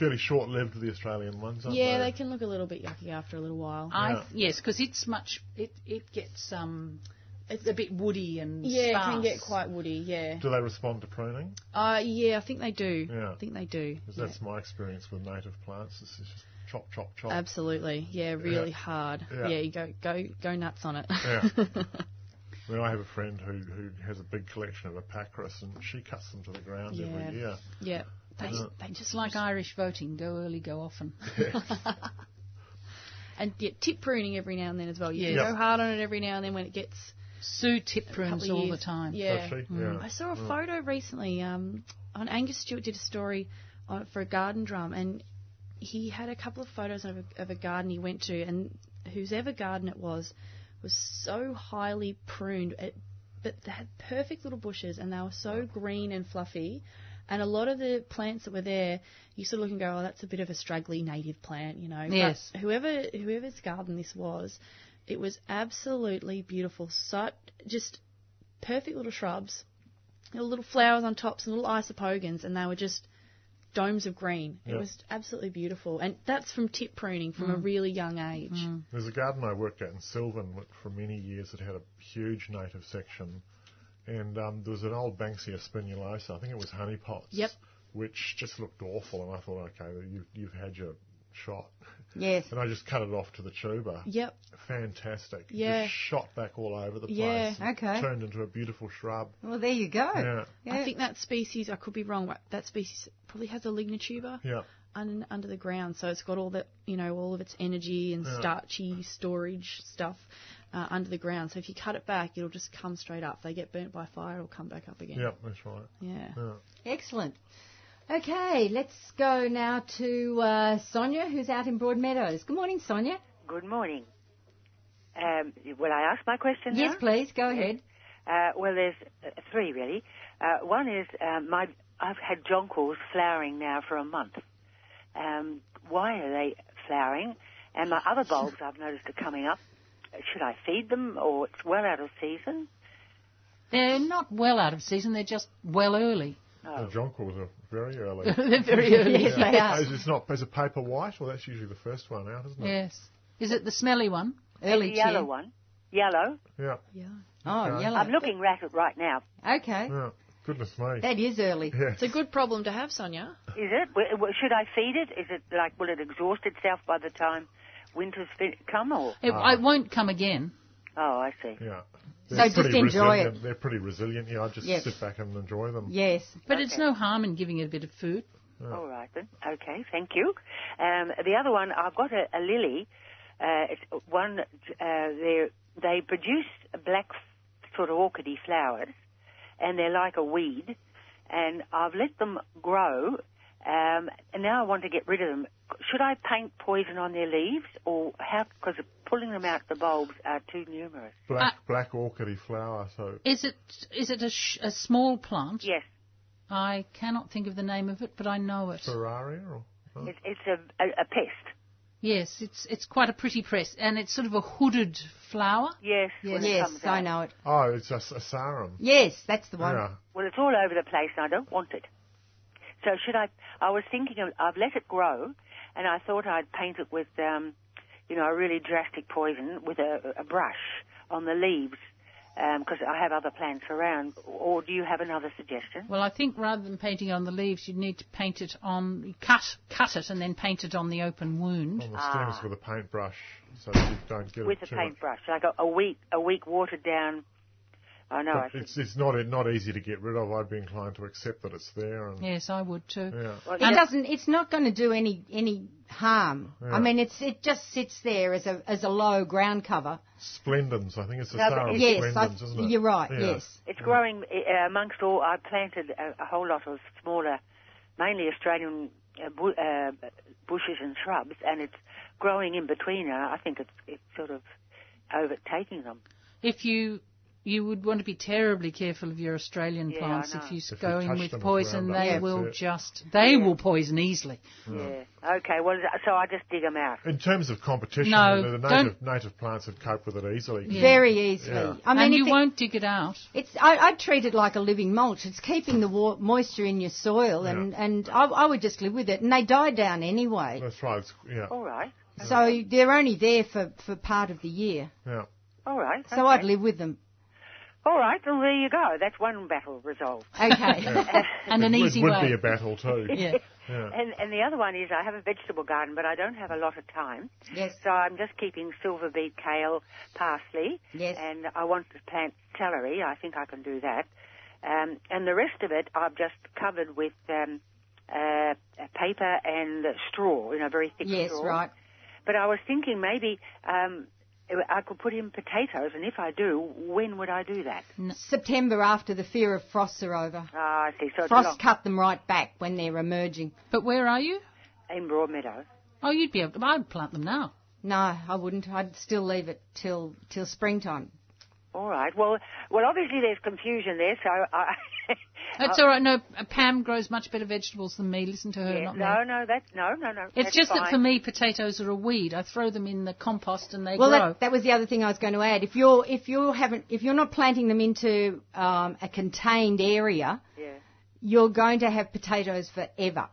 Fairly short lived, the Australian ones, aren't Yeah, they? they can look a little bit yucky after a little while. I Yeah. yes, because it's much. It it gets um, it's a bit woody and yeah, it can sparse. get quite woody. Yeah. Do they respond to pruning? Uh, yeah, I think they do. Yeah. I think they do. 'Cause Yeah. that's my experience with native plants. It's just chop, chop, chop. Absolutely. Yeah, really Yeah. hard. Yeah. Yeah. you go go go nuts on it. Yeah. I mean, I have a friend who, who has a big collection of Apacris, and she cuts them to the ground Yeah. every year. yeah. They, Yeah. they just It's like Irish voting: go early, go often. and yeah, tip pruning every now and then as well. You Yeah. go hard on it every now and then when it gets Sue tip prunes couple of all years. the time. yeah. Does she? Mm. Yeah. I saw a photo recently um, on Angus Stewart did a story on, for a garden drum, and he had a couple of photos of a, of a garden he went to, and whosever garden it was was so highly pruned, it, but they had perfect little bushes, and they were so green and fluffy. And a lot of the plants that were there, you sort of look and go, oh, that's a bit of a straggly native plant, you know. But Yes. whoever whoever's garden this was, it was absolutely beautiful. So just perfect little shrubs, little, little flowers on tops and little isopogans, and they were just domes of green. It Yeah. was absolutely beautiful. And that's from tip pruning from a really young age. There's a garden I worked at in Sylvan wh- for many years that had a huge native section, and um, there was an old Banksia spinulosa. I think it was honeypots. Yep. Which just looked awful, and I thought, okay, well, you, you've had your shot. Yes. And I just cut it off to the tuber. Yep. Fantastic. Yeah. Just shot back all over the place. Yeah, and okay. Turned into a beautiful shrub. Well, there you go. Yeah. Yeah. I think that species, I could be wrong, but that species probably has a lignotuber Yeah. un, under the ground. So it's got all that, you know, all of its energy and Yeah. starchy storage stuff uh, under the ground. So if you cut it back, it'll just come straight up. They get burnt by fire, it'll come back up again. Yep, that's right. Yeah. Yeah. Excellent. Okay, let's go now to uh, Sonia, who's out in Broadmeadows. Good morning, Sonia. Good morning. Um, will I ask my question? Yes, now? please, go ahead. Uh, well, there's uh, three really. Uh, one is uh, my I've had jonquils flowering now for a month. Um, why are they flowering? And my other bulbs I've noticed are coming up. Uh, Should I feed them, or it's well out of season? They're not well out of season. They're just well early. Oh. The jonquils are very early. they're very early. Yes, they Oh, are. Is, it's not, is it paper white? Well, that's usually the first one out, isn't it? Yes. Is it the smelly one? Early the yellow chin. one, yellow. Yeah. Oh, Okay. yellow. I'm looking at it right now. Okay, Yeah. Goodness me. eh? that is early. Yes. It's a good problem to have, Sonia. Is it? w- w- Should I feed it? Is it like will it exhaust itself by the time winter's fin- come? Or It, it won't come again. oh, I see. Yeah. Ah. So They're just pretty enjoy resilient. They're pretty resilient. Yeah, I just Yes. sit back and enjoy them. Yes. But it's no harm in giving it a bit of food. All right then. Okay, thank you. Um, the other one, I've got a, a lily. Uh, it's one. Uh, they they produce black f- sort of orchidy flowers, and they're like a weed. And I've let them grow, um, and now I want to get rid of them. Should I paint poison on their leaves, or how? Because pulling them out the bulbs are too numerous. Black Uh, black orchidy flower. So Is it is it a, sh- a small plant? Yes, I cannot think of the name of it, but I know it. Ferrari or oh, it, it's a, a, a pest. Yes, it's it's quite a pretty press, and it's sort of a hooded flower. Yes, when Yes, it yes comes I out. know it. oh, it's a, s- a sarum. Yes, that's the one. Yeah. Well, it's all over the place, and I don't want it. So should I? I was thinking of, I've let it grow, and I thought I'd paint it with, um, you know, a really drastic poison with a, a brush on the leaves, because I have other plants around. Or do you have another suggestion? Well, I think rather than painting on the leaves, you'd need to paint it on cut cut it and then paint it on the open wound. On the stems Ah. with a paintbrush, so that you don't get it With a too much. paintbrush, like a, a week, a week watered down. I know. I But should- It's it's not not easy to get rid of. I'd be inclined to accept that it's there. And Ah. Yes, I would too. yeah, well, It doesn't. It's not going to do any any harm. Yeah. I mean, it's it just sits there as a as a low ground cover. splendens. I think it's a No, but sarum it- Yes, I, splendens, isn't it? you're right. Yeah. Yes. It's growing uh, amongst all. I planted a, a whole lot of smaller, mainly Australian uh, bu- uh, bushes and shrubs, and it's growing in between. And I think it's it's sort of overtaking them. If you you would want to be terribly careful of your Australian Yeah, I plants know. if you If you go touch in with them with poison. Roundup, They that's will it. just they will poison easily. Yeah. Okay. Well, so I just dig them out. In terms of competition, No, the, the don't- native native plants would cope with it easily. Very easily. Yeah. I mean, and if you it- won't dig it out. It's I, I treat it like a living mulch. It's keeping the wa- moisture in your soil, and and I, I would just live with it. And they die down anyway, That's right. It's, yeah, All right. so they're only there for for part of the year. yeah. All right. So I'd live with them. All right. Well, there you go. That's one battle resolved. Okay. And an it easy would way. be a battle too. Yeah. And and the other one is I have a vegetable garden, but I don't have a lot of time. Yes. So I'm just keeping silver beet kale, parsley, Yes. and I want to plant celery. I think I can do that. Um, and the rest of it I've just covered with um, uh, paper and straw, you know, very thick Yes, straw. right. But I was thinking maybe um, I could put in potatoes, and if I do, when would I do that? September after the fear of frosts are over. Ah, I see. So it's Frost cut them right back when they're emerging. But where are you? long in Broadmeadow. Oh, you'd be able. To, I'd plant them now. No, I wouldn't. I'd still leave it till till springtime. All right. Well, well, obviously there's confusion there, so I. That's Uh, all right. No, Pam grows much better vegetables than me. Listen to her, Yeah, not me. no, no, that's no, no, no. It's that's just that fine. for me, potatoes are a weed. I throw them in the compost and they Well, grow. that, that was the other thing I was going to add. If you're if you haven't if you're not planting them into um, a contained area, Yeah. you're going to have potatoes forever.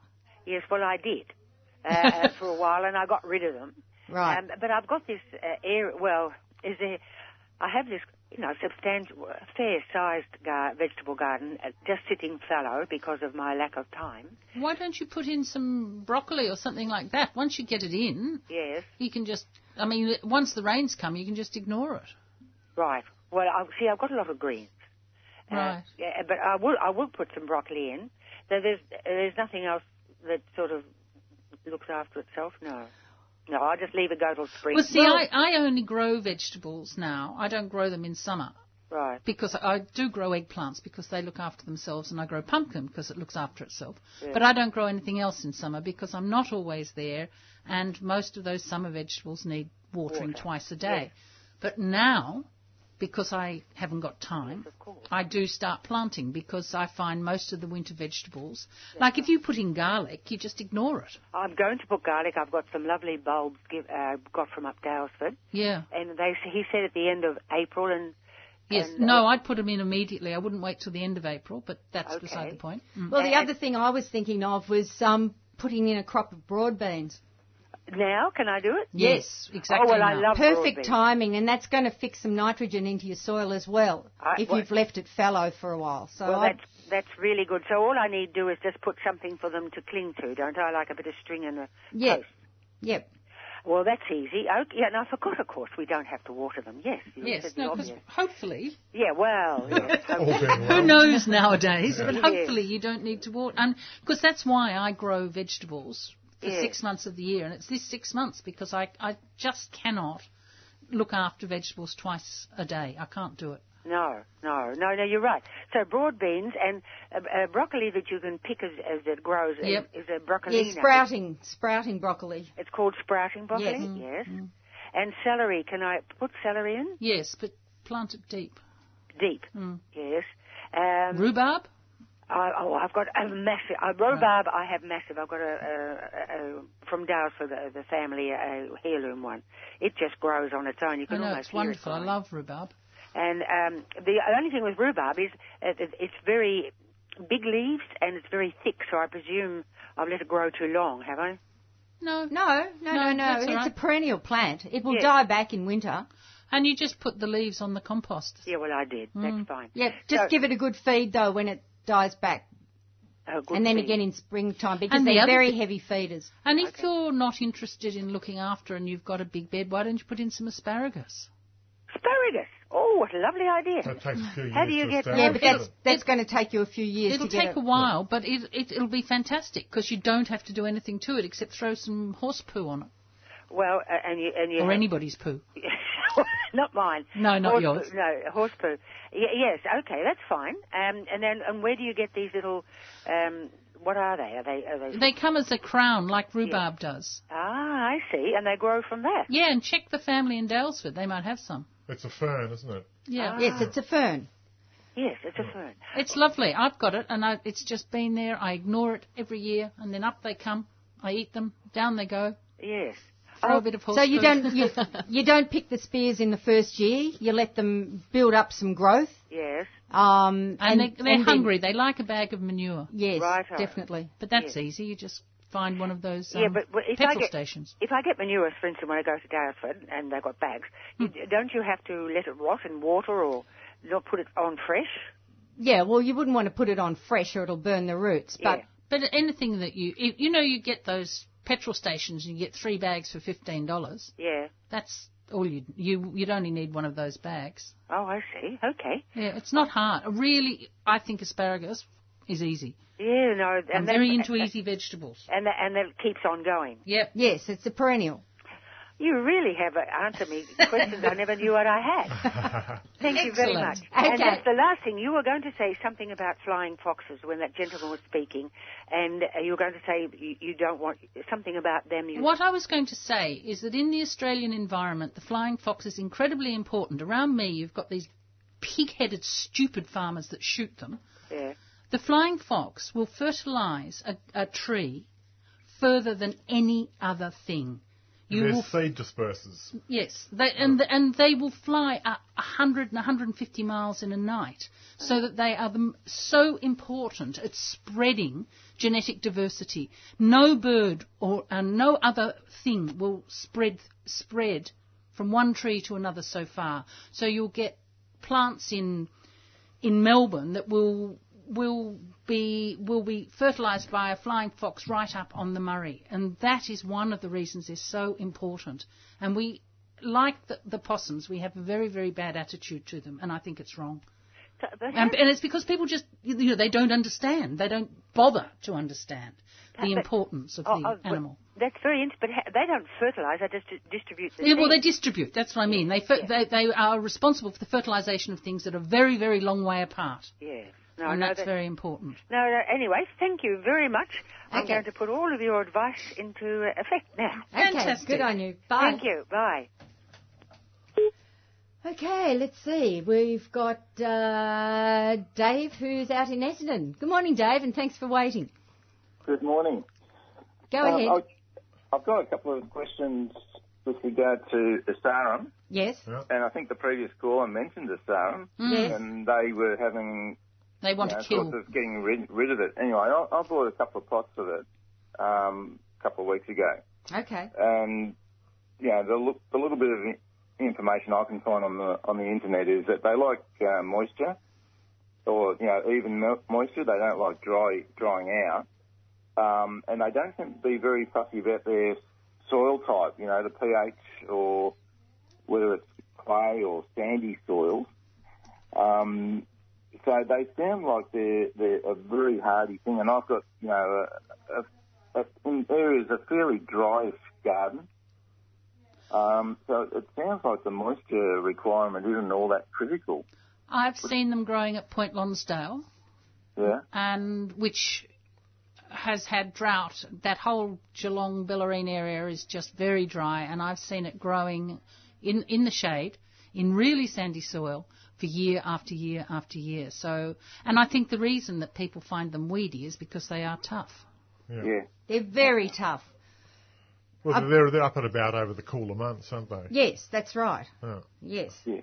Yes, well, I did uh, uh, for a while, and I got rid of them. Right. Um, but I've got this uh, air. Well, is there? I have this, you know, substantial, fair-sized gar- vegetable garden, uh, just sitting fallow because of my lack of time. Why don't you put in some broccoli or something like that? Once you get it in, Yes. you can just. I mean, once the rains come, you can just ignore it. Right. Well, I, see, I've got a lot of greens. Uh, Right. yeah, but I will. I will put some broccoli in. So there's there's nothing else that sort of looks after itself. No. No, I just leave it go till spring. Well, see, I, I only grow vegetables now. I don't grow them in summer Right. because I do grow eggplants because they look after themselves, and I grow pumpkin because it looks after itself. Yeah. But I don't grow anything else in summer because I'm not always there, and most of those summer vegetables need watering Water. twice a day. But now, because I haven't got time, Of course. I do start planting because I find most of the winter vegetables, like if you put in garlic, you just ignore it. I'm going to put garlic. I've got some lovely bulbs give, uh, got from up Dalesford, Yeah. and they he said at the end of April, and Yes. and, No, uh, I'd put them in immediately. I wouldn't wait till the end of April, but that's Okay. beside the point. Mm. Well, the And- other thing I was thinking of was um, putting in a crop of broad beans. now can I do it? Yes, exactly. Oh well, I now. love broad Perfect beans. timing, and that's going to fix some nitrogen into your soil as well I- if well- you've left it fallow for a while. So Well, I'd- that's that's really good. So all I need to do is just put something for them to cling to, don't I? Like a bit of string and a yeah, post. yep. Well, that's easy. Okay, yeah, and I forgot, of course, we don't have to water them. Yes, you said Yes. the No, 'cause obvious. hopefully. yeah. Well, yes, All okay. being Who well. knows nowadays? But Yeah. hopefully you don't need to water. Because that's why I grow vegetables for Yeah. six months of the year. And it's this six months because I, I just cannot look after vegetables twice a day. I can't do it. No, no, no, no. You're right. So broad beans and uh, uh, broccoli that you can pick as, as it grows is- Yep. is a broccoli. Yeah, sprouting, sprouting broccoli. It's called sprouting broccoli. Yes. Mm-hmm. Mm, yes. And celery. Can I put celery in Yes, but plant it deep. deep? Mm. Yes. Um, Rhubarb? I, oh, I've got a massive uh, rhubarb. I have massive. I've got a, a, a, a from Dow's for the, the family a heirloom one. It just grows on its own. You I can know, almost it's wonderful. Hear I it growing. love rhubarb. And um, the only thing with rhubarb is uh, it- it's very big leaves and it's very thick, so I presume I've let it grow too long, have I? No. No, no, No, no, no. that's all It's a right. perennial plant. It will Yes. die back in winter. And you just put the leaves on the compost. Mm. Yeah, well, I did. That's fine. Yep. Just So- give it a good feed though when it dies back, Oh, good and then for you. again in springtime because And the they're other very thi- heavy feeders. And if you're not interested in looking after and you've got a big bed, why don't you put in some asparagus? asparagus. Oh, what a lovely idea. That takes a few How do years you to get- establish, Yeah, but that's doesn't it? that's going to take you a few years. It'll to get take it. a while, but it, it, it'll be fantastic because you don't have to do anything to it except throw some horse poo on it Well, uh, and you and you or anybody's poo. not mine. No, not horse yours. Poo, no, horse poo. Y- yes, okay, that's fine. Um, and then, and where do you get these little? Um, what are they? Are they? Are they? They come as a crown like rhubarb does. ah, I see. And they grow from that. Yeah, and check the family in Dalesford. They might have some. It's a fern, isn't it? Yeah. Ah. Yes, it's a fern. Yes, it's a fern. It's lovely. I've got it, and I, it's just been there. I ignore it every year, and then up they come. I eat them. Down they go. Yes. Throw Oh, a bit of horse So you poo. don't you, you don't pick the spears in the first year. You let them build up some growth. yes. Um, and, they, they're and then- hungry. They like a bag of manure. yes, Righto. definitely. But that's easy. You just find one of those um, Yeah, but- but if I petrol get- stations. If I get manure, for instance, when I go to Dalesford and they've got bags, Hmm. you, don't you have to let it rot in water or not put it on fresh? Yeah, well, you wouldn't want to put it on fresh or it'll burn the roots. But Yeah. But anything that you, if, you know, you get those petrol stations and you get three bags for fifteen dollars. Yeah. That's all you you you'd only need one of those bags. Oh, I see. Okay. Yeah, it's not hard. Really, I think asparagus is easy. Yeah, no. And I'm that- very into easy vegetables. And that, and that keeps on going. Yep. yes, it's a perennial. You really have answered me questions I never knew what I had. Thank you very much. Excellent. And Okay. that's the last thing. You were going to say something about flying foxes when that gentleman was speaking, and uh, you were going to say you, you don't want something about them. You, What I was going to say is that in the Australian environment, the flying fox is incredibly important. Around me, you've got these pig-headed, stupid farmers that shoot them. Yeah. The flying fox will fertilise a, a tree further than any other thing. You Their will seed disperses. Yes, they, and the, and they will fly a 100 and 150 miles in a night, so that they are the, m- so important at spreading genetic diversity. No bird or uh, no other thing will spread spread from one tree to another so far. So you'll get plants in in Melbourne that will will be will be fertilised by a flying fox right up on the Murray, and that is one of the reasons they're so important. And we like the, the possums, we have a very very bad attitude to them, and I think it's wrong. So, but And, and it's because people just you know they don't understand, they don't bother to understand the But- importance of oh, the oh, but animal. That's very interesting, but ha- they don't fertilise, they just di- distribute the Yeah, well, they seed. distribute. That's what I mean. They, fer- they they are responsible for the fertilisation of things that are very very long way apart, Yeah. No, and no, that's that- very important. No, no, anyway, thank you very much. I'm Okay. going to put all of your advice into uh, effect now. Okay, Fantastic. good on you. Bye. Thank you. Bye. Okay, let's see. We've got uh, Dave who's out in Essendon. Good morning, Dave, and thanks for waiting. Good morning. Go Uh, Um, oh. ahead. I- I've got a couple of questions with regard to Asarum, Yes. and I think the previous caller mentioned Asarum, Mm. Yes. and they were having They want you know, to kill. sorts of getting rid, rid of it. Anyway, I, I bought a couple of pots of it um, a couple of weeks ago, Okay. and Um, you know, the, look, the little bit of i- information I can find on the on the internet is that they like uh, moisture, or you know, even mo- moisture. They don't like dry drying out, um, and they don't seem to be very fussy about their soil type. You know, the pH or whether it's clay or sandy soil. Um, so they sound like they're they're a very hardy thing, and I've got you know a, a but in areas a fairly dry garden. Um, so it sounds like the moisture requirement isn't all that critical. I've seen them growing at Point Lonsdale, Yeah. and which has had drought. That whole Geelong Bellarine area is just very dry, and I've seen it growing in in the shade in really sandy soil for year after year after year. So, and I think the reason that people find them weedy is because they are tough. Yeah. They're very tough. Well, they're, they're up and about over the cooler months, aren't they? Yes, that's right. Yeah. Yes. Yeah.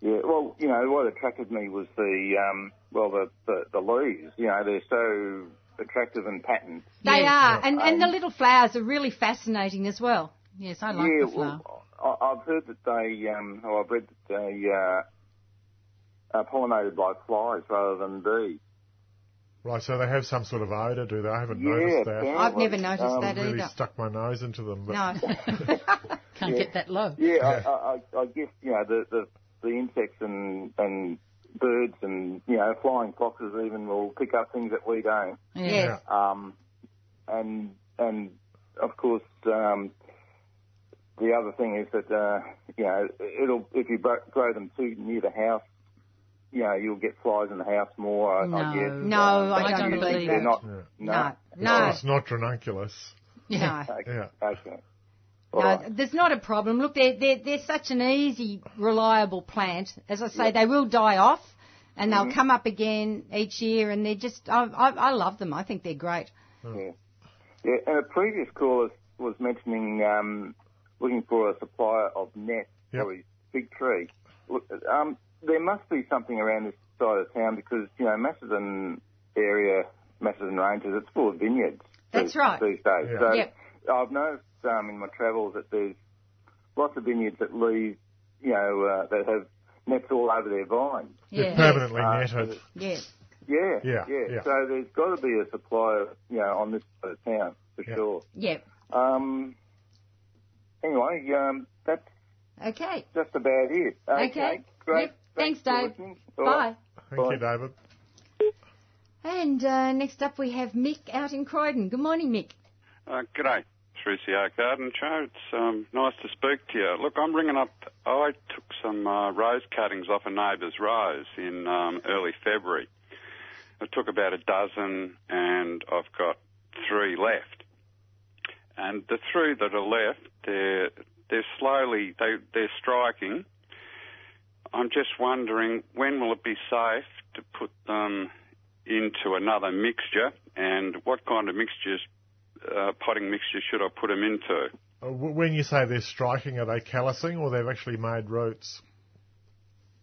Yeah. Well, you know what attracted me was the um, well the, the the leaves. You know they're so attractive and patterned. They Yes. are. And, Uh, and the little flowers are really fascinating as well. Yes, I like yeah, the flower. well, I, I've heard that they, um, or I've read that they uh, are pollinated by flies rather than bees. Right, so they have some sort of odour, do they? I haven't Yeah, noticed that. apparently. I've never noticed Um, that really either. stuck my nose into them. But No. Can't get that low. Yeah, I, I, I I guess you know the, the the insects and and birds and you know flying foxes even will pick up things that we don't. Yes. Um, and and of course um, the other thing is that uh, you know it'll if you bro- grow them too near the house, you know you'll get flies in the house more. I, I No. guess. No, Um, I but don't you think believe they're it. Not, Yeah. No. So No. it's not ranunculus. Yeah. No. Okay. Yeah. okay. All No, right. there's not a problem. Look, they're, they're, they're such an easy, reliable plant. As I say, they will die off and Mm-hmm. they'll come up again each year and they're just, I, I, I love them. I think they're great. Yeah. Yeah, and a previous caller was mentioning um, looking for a supplier of net Yep. for his big tree. Look, um, there must be something around this side of town because, you know, Macedon area, Macedon Ranges, it's full of vineyards. That's these, right. These days. Yeah. So Yep. I've noticed um, in my travels that there's lots of vineyards that leave, you know, uh, that have nets all over their vines. They're Yeah. permanently Uh, netted. Yes. Yeah, Yeah, yeah. yeah. So there's got to be a supplier, you know, on this side of town for Yeah. sure. Yeah. Um, anyway, um, that's Okay. just about it. Okay. Okay. Great. Yep. Thanks, for Dave. listening. All Bye. right. Thank Bye. you, David. And uh, next up we have Mick out in Croydon. Good morning, Mick. Uh, g'day, 3CR Garden Show. It's um, nice to speak to you. Look, I'm ringing up. I took some uh, rose cuttings off a neighbour's rose in um, early February. I took about a dozen, and I've got three left. And the three that are left, they're they're slowly they they're striking. I'm just wondering when will it be safe to put them into another mixture, and what kind of mixtures uh, potting mixture should I put them into? Uh, w- when you say they're striking, are they callousing or they've actually made roots?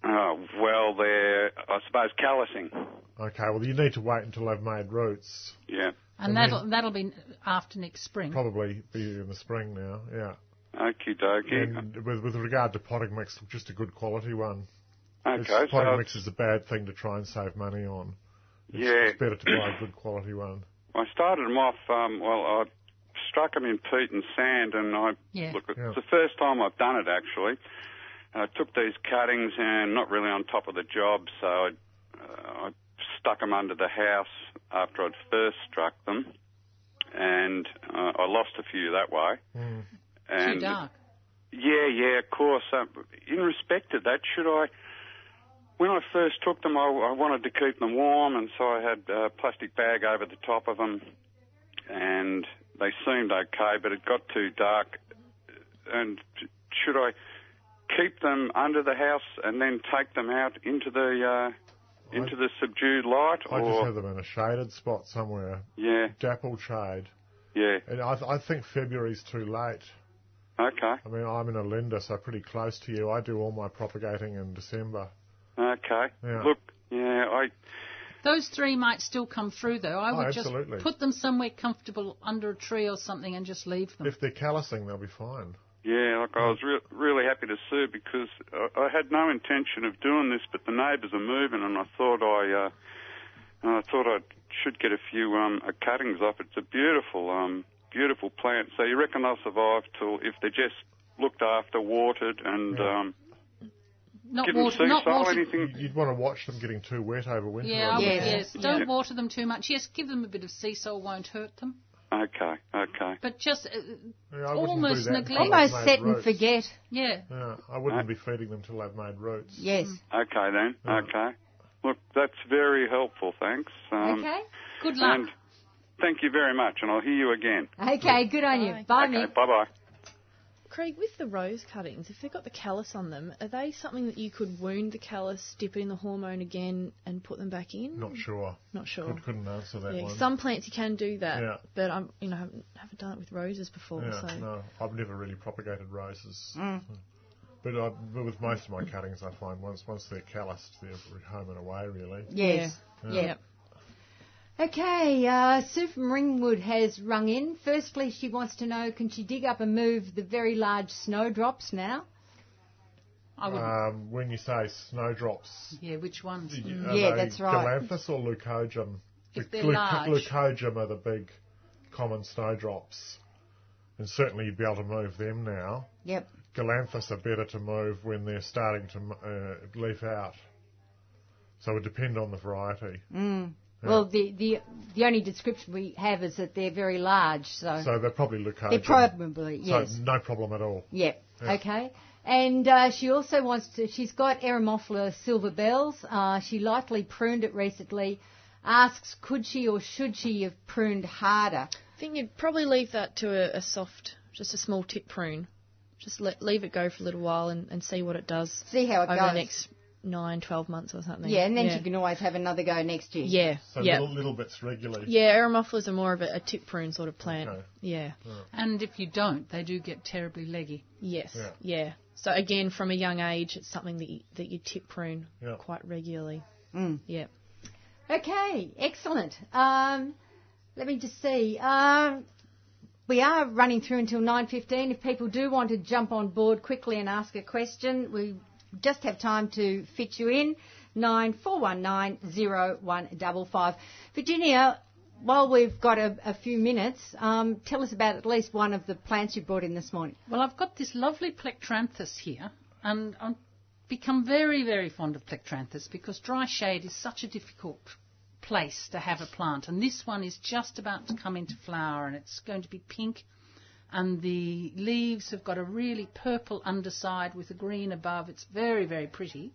Oh, well, they're, I suppose, callousing. Okay, well, you need to wait until they've made roots. Yeah. And And then- that'll that'll be after next spring. Probably be in the spring now, yeah. Okie dokie. And with, with regard to potting mix, just a good quality one. It's- Okay, potting so mix is a bad thing to try and save money on. It's, Yeah. it's better to buy a good quality one. I started them off. Um, well, I struck them in peat and sand, and I Yeah. look. It's the first time I've done it actually. And I took these cuttings and not really on top of the job, so I, uh, I stuck them under the house after I'd first struck them, and uh, I lost a few that way. And Too dark. yeah, yeah, of course. Um, in respect to that, should I? When I first took them, I, I wanted to keep them warm, and so I had a plastic bag over the top of them, and they seemed okay, but it got too dark. And should I keep them under the house and then take them out into the uh, into the subdued light, I just or have them in a shaded spot somewhere. yeah, Dapple shade. yeah, And I, I think February's too late. okay. I mean, I'm in Alinda, so pretty close to you. I do all my propagating in December. Okay. Yeah. Look, yeah, I Those three might still come through though. I Oh, would absolutely. just put them somewhere comfortable under a tree or something and just leave them. If they're callousing, they'll be fine. yeah, look, I was re- really happy to see it because I, I had no intention of doing this, but the neighbours are moving, and I thought I, uh, I thought I should get a few um uh, cuttings off. It's a beautiful um beautiful plant. So you reckon they'll survive till if they're just looked after, watered, and um Not give water, them not sea salt, water. anything. You'd want to watch them getting too wet over winter. Yeah, I I would, would yes. think. Don't Yeah. water them too much. Yes, give them a bit of sea salt won't hurt them. Okay, okay. But just uh, I wouldn't do almost that. neglect. Almost Made set and roads. forget. Yeah. Yeah, I wouldn't be feeding them till they've made roots. Yes. Okay then. Okay. Look, that's very helpful. Thanks. Mm. Um, okay. Good luck. And thank you very much, and I'll hear you again. Okay, good on you. Bye, Okay, Mick. bye bye. Craig, with the rose cuttings, if they've got the callus on them, are they something that you could wound the callus, dip it in the hormone again, and put them back in? Not sure. Not sure. Could, couldn't answer that yeah, one. some plants you can do that, Yeah. but I'm you know haven't, haven't done it with roses before, yeah, so no, I've never really propagated roses. Mm. But, I, but with most of my cuttings, I find once once they're calloused, they're home and away, really. Yes. Yeah. Yeah. Okay, uh, Sue from Ringwood has rung in. Firstly, she wants to know can she dig up and move the very large snowdrops now? I would. Um, when you say snowdrops, yeah, which ones? Are Mm. Yeah, they that's right. Galanthus or leucogium? If The they're large. Leucogium are the big common snowdrops, and certainly you'd be able to move them now. Yep. Galanthus are better to move when they're starting to uh, leaf out. So it would depend on the variety. Mm. Yeah. Well, the, the the only description we have is that they're very large, so, So they're probably leucogium. they're probably, yes. So no problem at all. Yep. Yeah. Okay. And uh, she also wants to. She's got Eremophila silver bells. Uh, she lightly pruned it recently. Asks, could she or should she have pruned harder? I think you'd probably leave that to a, a soft, just a small tip prune. Just let, leave it go for a little while and, and see what it does. See how it over goes. the next nine, twelve months or something. Yeah, and then yeah. she can always have another go next year. Yeah, So yeah, little, little bits regularly. yeah. Aramophilas are more of a, a tip prune sort of plant. Okay. Yeah. And if you don't, they do get terribly leggy. Yes. Yeah. Yeah. So again, from a young age, it's something that you, that you tip prune quite regularly. Mm. Yeah. Okay, excellent. Um, let me just see. Um, we are running through until 9.15. If people do want to jump on board quickly and ask a question, we just have time to fit you in. 94190155. Virginia, while we've got a, a few minutes, um, tell us about at least one of the plants you brought in this morning. Well, I've got this lovely plectranthus here, and I've become very, very fond of plectranthus because dry shade is such a difficult place to have a plant, and this one is just about to come into flower, and it's going to be pink, and the leaves have got a really purple underside with a green above. It's very, very pretty.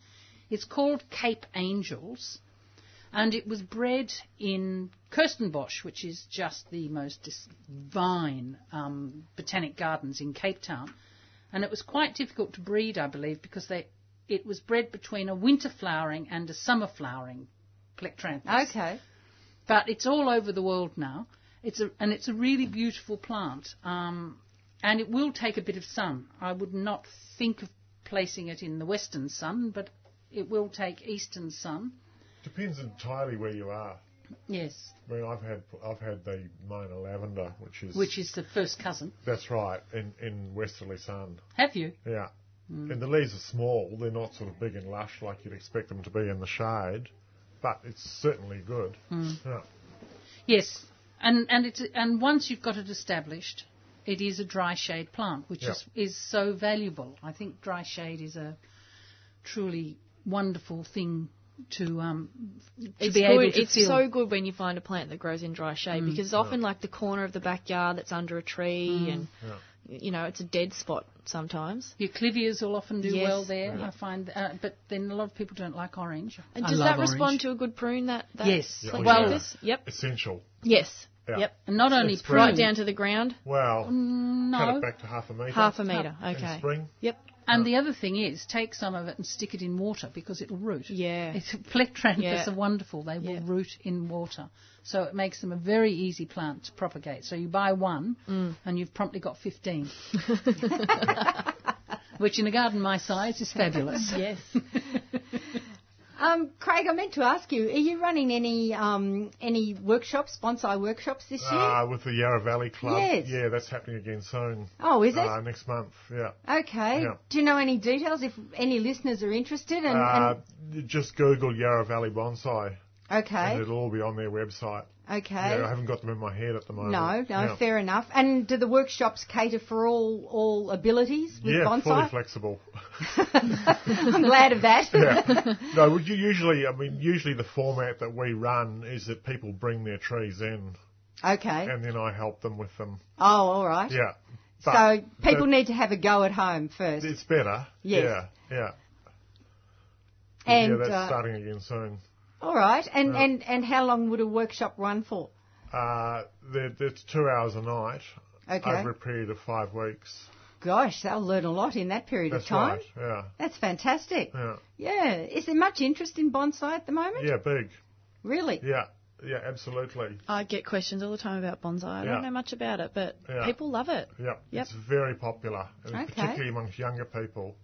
It's called Cape Angels. And it was bred in Kirstenbosch, which is just the most dis- divine um, botanic gardens in Cape Town. And it was quite difficult to breed, I believe, because they it was bred between a winter flowering and a summer flowering plectranthus. Okay. But it's all over the world now. It's a, and it's a really beautiful plant. Um, and it will take a bit of sun. I would not think of placing it in the western sun, but it will take eastern sun. Depends entirely where you are. Yes. I mean, I've had I've had the minor lavender, which is Which is the first cousin. that's right in in westerly sun. Have you? Yeah. Mm. And the leaves are small; they're not sort of big and lush like you'd expect them to be in the shade, but it's certainly good. Mm. Yeah. Yes, and and it's and once you've got it established, it is a dry shade plant, which Yeah. is is so valuable. I think dry shade is a truly wonderful thing to um to it's be good. able to it's feel. so good when you find a plant that grows in dry shade Mm. because it's often like the corner of the backyard that's under a tree Mm. and Yeah. you know it's a dead spot sometimes. Your clivias will often do Yes. well there. Yeah. I find, uh, but then a lot of people don't like orange. And I does love that respond orange. to a good prune? That, that Yes. Yeah, Like well, like yeah. this? Yep. Essential. Yes. Yeah. Yep. And not only It's prune. Right down to the ground. Well, cut No. it back to half a metre. Half a metre, in okay. spring. Yep. And the other thing is, take some of it and stick it in water because it'll root. Yeah. It's, plectranthus Yeah. are wonderful. They will Yeah. root in water. So it makes them a very easy plant to propagate. So you buy one Mm. and you've promptly got 15. Which in a garden my size is fabulous. yes. Um, Craig, I meant to ask you: Are you running any um, any workshops, bonsai workshops this year? Ah, with the Yarra Valley Club. Yes. Yeah, that's happening again soon. Oh, is it? Uh, next month, yeah. okay. yeah. Do you know any details if any listeners are interested? And, uh, just Google Yarra Valley Bonsai and okay, and it'll all be on their website. okay. Yeah, I haven't got them in my head at the moment. no, no, yeah. fair enough. And do the workshops cater for all all abilities with Yeah, fully bonsai? flexible. I'm glad of that. yeah. No, well, you usually, I mean, usually the format that we run is that people bring their trees in okay. and then I help them with them. Oh, all right. Yeah. So people but need to have a go at home first. It's better. Yes. Yeah, yeah. And yeah, that's uh, starting again soon. all right. And, and and how long would a workshop run for? Uh, they're, it's two hours a night Okay. over a period of five weeks. Gosh, they'll learn a lot in that period That's of time. right. Yeah. That's fantastic. Yeah. Yeah. Is there much interest in bonsai at the moment? Yeah. Big. Really? Yeah. Yeah. Absolutely. I get questions all the time about bonsai. I Yeah. don't know much about it, but Yeah. people love it. Yeah. Yep. It's very popular, and Okay. particularly amongst younger people.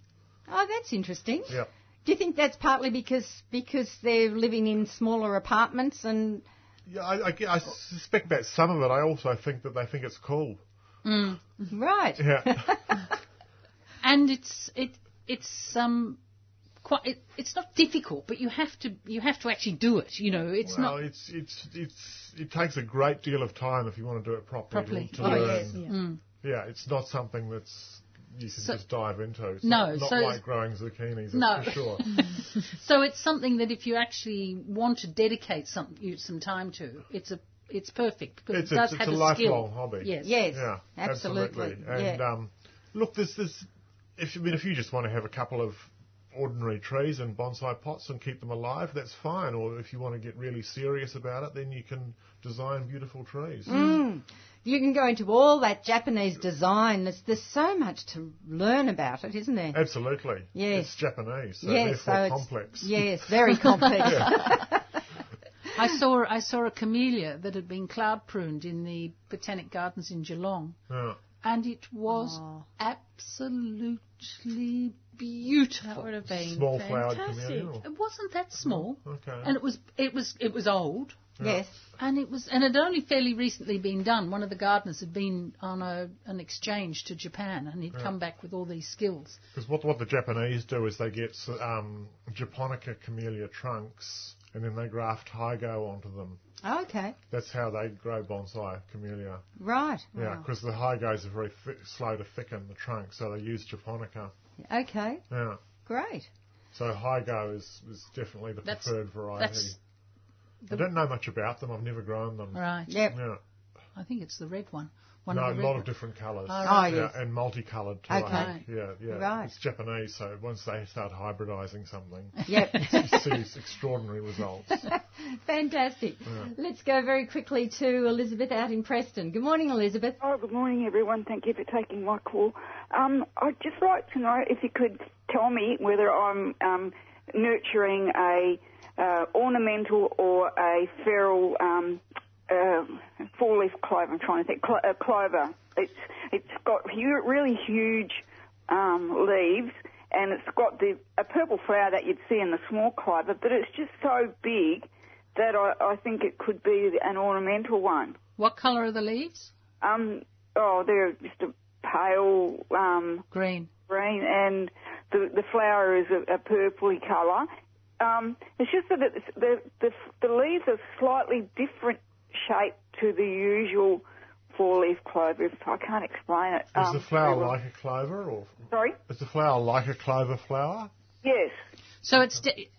Oh, that's interesting. Yeah. Do you think that's partly because because they're living in smaller apartments and Yeah. I, I, gue- I suspect about some of it. I also think that they think it's cool. Mm. right? Yeah. And it's it it's um quite it, it's not difficult, but you have to you have to actually do it. You know, it's well, not it's it's it's it takes a great deal of time if you want to do it properly. to- properly. To Oh, learn. yes. Mm. Yeah, it's not something that's you can So- just dive into. It's No, not, not so- like growing zucchinis. that's No. for sure. So it's something that if you actually want to dedicate some you, some time to, it's a it's perfect because it's it a, does it's have a, a, lifelong skill. hobby. Yes. Yes. Yeah, absolutely. And Yeah. um, look, there's this. If you- I mean, if you just want to have a couple of ordinary trees and bonsai pots and keep them alive, that's fine. Or if you want to get really serious about it, then you can design beautiful trees. Mm. You can go into all that Japanese design. There's, there's so much to learn about it, isn't there? Absolutely. Yes. It's Japanese, so yes, so therefore it's complex. yes, very complex. I saw I saw a camellia that had been cloud pruned in the botanic gardens in Geelong, Yeah. and it was Oh. absolutely That beautiful. would have been Small flowered fantastic. chameleon. It wasn't that small, Okay. and it was it was it was old. yes. And it was, and it had only fairly recently been done. One of the gardeners had been on a, an exchange to Japan, and he'd come back with all these skills. Because what, what the Japanese do is they get um, Japonica camellia trunks and then they graft hygo onto them. Oh, Okay. That's how they grow bonsai camellia. Right. Yeah, because the hygos are very thick, slow to thicken the trunk, so they use Japonica. Okay. Yeah. Great. So hygo is, is definitely the That's- preferred variety. That's I don't know much about them. I've never grown them. right. Yep. Yeah. I think it's the red one. One no, of the a red lot one- of different colours. Oh, right. yeah, yes. and multicoloured too. I Okay. think. Yeah, yeah. Right. It's Japanese, so once they start hybridising something, Yep. you see extraordinary results. Fantastic. Let's go very quickly to Elizabeth out in Preston. Good morning, Elizabeth. Oh, good morning, everyone. Thank you for taking my call. Um, I'd just like to know if you could tell me whether I'm um, nurturing a uh, ornamental or a feral um, uh, four-leaf clover. I'm trying to think. Clo- uh, clover. It's it's got hu- really huge um, leaves, and it's got the a purple flower that you'd see in the small clover, but it's just so big that I, I think it could be an ornamental one. What colour are the leaves? Um, oh, they're just a pale um, green. Green, and the the flower is a, a purpley colour. Um, it's just that it's, the, the the leaves are slightly different shape to the usual four leaf clover. If I can't explain it. um, Is the flower like a clover, or Sorry. is the flower like a clover flower? Yes. So it's de-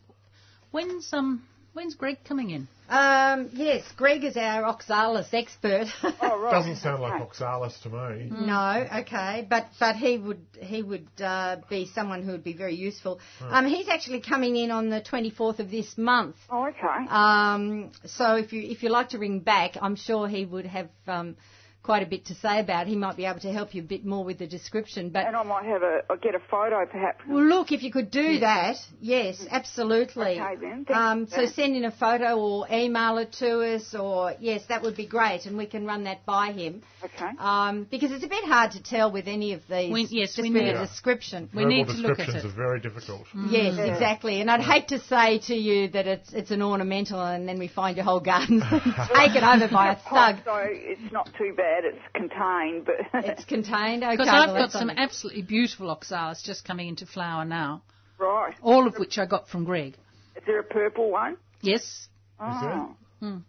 when's um when's Greg coming in? Um, yes, Greg is our oxalis expert. Oh, Doesn't sound like oxalis to me. Mm. Mm. No, okay, but but he would he would uh, be someone who would be very useful. Right. Um, he's actually coming in on the 24th of this month. Oh, okay. Um, so if you if you like to ring back, I'm sure he would have um, quite a bit to say about. it. He might be able to help you a bit more with the description. But and I might have a I'll get a photo perhaps. well, look, if you could do that, yes, absolutely. Okay, then. Thank Um, you for so that. send in a photo or email it to us, or yes, that would be great, and we can run that by him. Okay. Um, because it's a bit hard to tell with any of these. We- yes, just we with a need- description. Mm. Verbal descriptions are very difficult. Yes, Yeah. exactly. And I'd hate to say to you that it's it's an ornamental, and then we find your whole garden taken over by a thug. Oh, So it's not too bad. It's contained, but it's contained. Okay, Because well, I've got that's some on- absolutely beautiful oxalis just coming into flower now, right. all of which I got from Greg. Is there a purple one? Yes, Oh. Mm.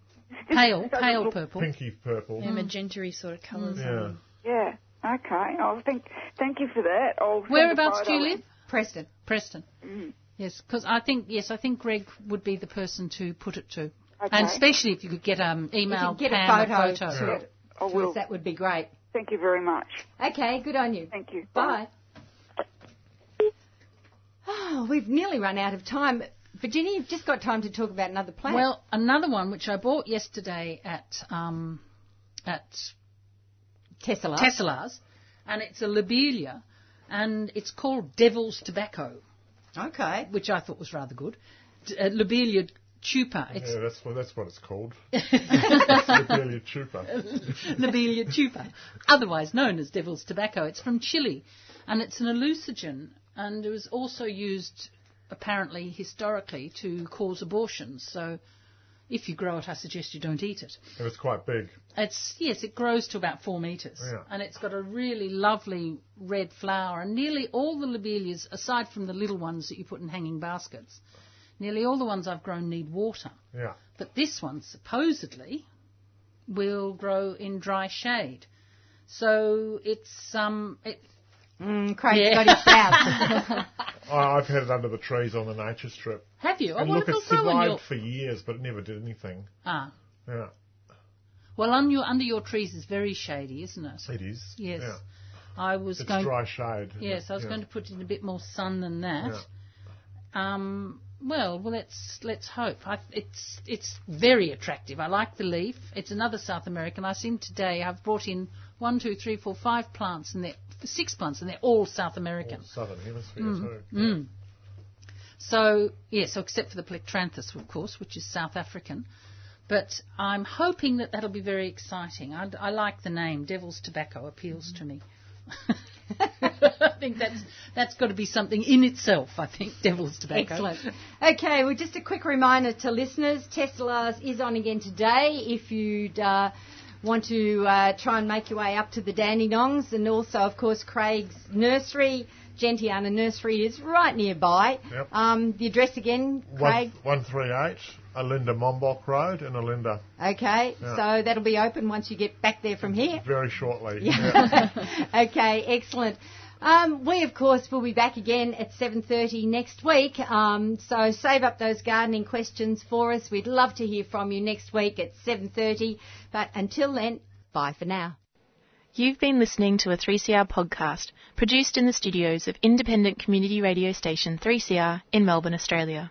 pale, pale purple. Pinky purple. They're magentary sort of colours. Mm. Yeah. Yeah. Okay. I'll think. Thank you for that. I'll send a Whereabouts do photo you in. live? Preston. Mm-hmm. Preston. Mm. Yes, because I think yes, I think Greg would be the person to put it to, Okay. and especially if you could get um email If you get Pam a photo, photo. to it, I to will. us, that would be great. Thank you very much. Okay, good on you. Thank you. Bye. Oh, we've nearly run out of time. Virginia, you've just got time to talk about another planet. Well, another one which I bought yesterday at um at Tesla. Tesla's, and it's a lobelia, and it's called Devil's Tobacco, Okay. which I thought was rather good. D- uh, lobelia tupa. It's Yeah, that's what that's what it's called. It's Lobelia tuber. Lobelia tupa, otherwise known as devil's tobacco. It's from Chile, and it's an hallucinogen, and it was also used apparently historically to cause abortions. So, if you grow it, I suggest you don't eat it. And it's quite big. It's yes, it grows to about four meters, Yeah. and it's got a really lovely red flower. And nearly all the lobelias, aside from the little ones that you put in hanging baskets, nearly all the ones I've grown need water. Yeah. But this one supposedly will grow in dry shade. So it's um it Mm, Craig's Yeah. got his doubts. I, I've had it under the trees on the nature strip. have you? I and wonder look, if it it'll grow on your survived for years, but it never did anything. ah. Yeah, Well, on your under your trees is very shady, isn't it? it is. Yes. Yeah. I was It's going. dry shade. Yes, I was Yeah. going to put in a bit more sun than that. Um, well, well, let's let's hope. I, it's it's very attractive. I like the leaf. It's another South American. I seen today. I've brought in one, two, three, four, five plants, and they're six plants, and they're all South Yeah. American. Or Southern hemisphere too. Mm. So yeah, so except for the Plectranthus, of course, which is South African. But I'm hoping that that'll be very exciting. I, I like the name. Devil's Tobacco appeals to me. I think that's that's got to be something in itself. I think Devil's Tobacco. Excellent. Okay, well, just a quick reminder to listeners Tesla's is on again today. If you'd uh, want to uh, try and make your way up to the Dandenongs, and also, of course, Craig's nursery, Gentiana Nursery, is right nearby. Yep. Um, the address again, Craig? One, one three eight Alinda Mombok Road in Alinda. Okay, Yeah. so that'll be open once you get back there from here. Very shortly. okay, excellent. Um, we, of course, will be back again at 7.30 next week. Um, so save up those gardening questions for us. We'd love to hear from you next week at 7.30. But until then, bye for now. You've been listening to a 3CR podcast produced in the studios of independent community radio station 3CR in Melbourne, Australia.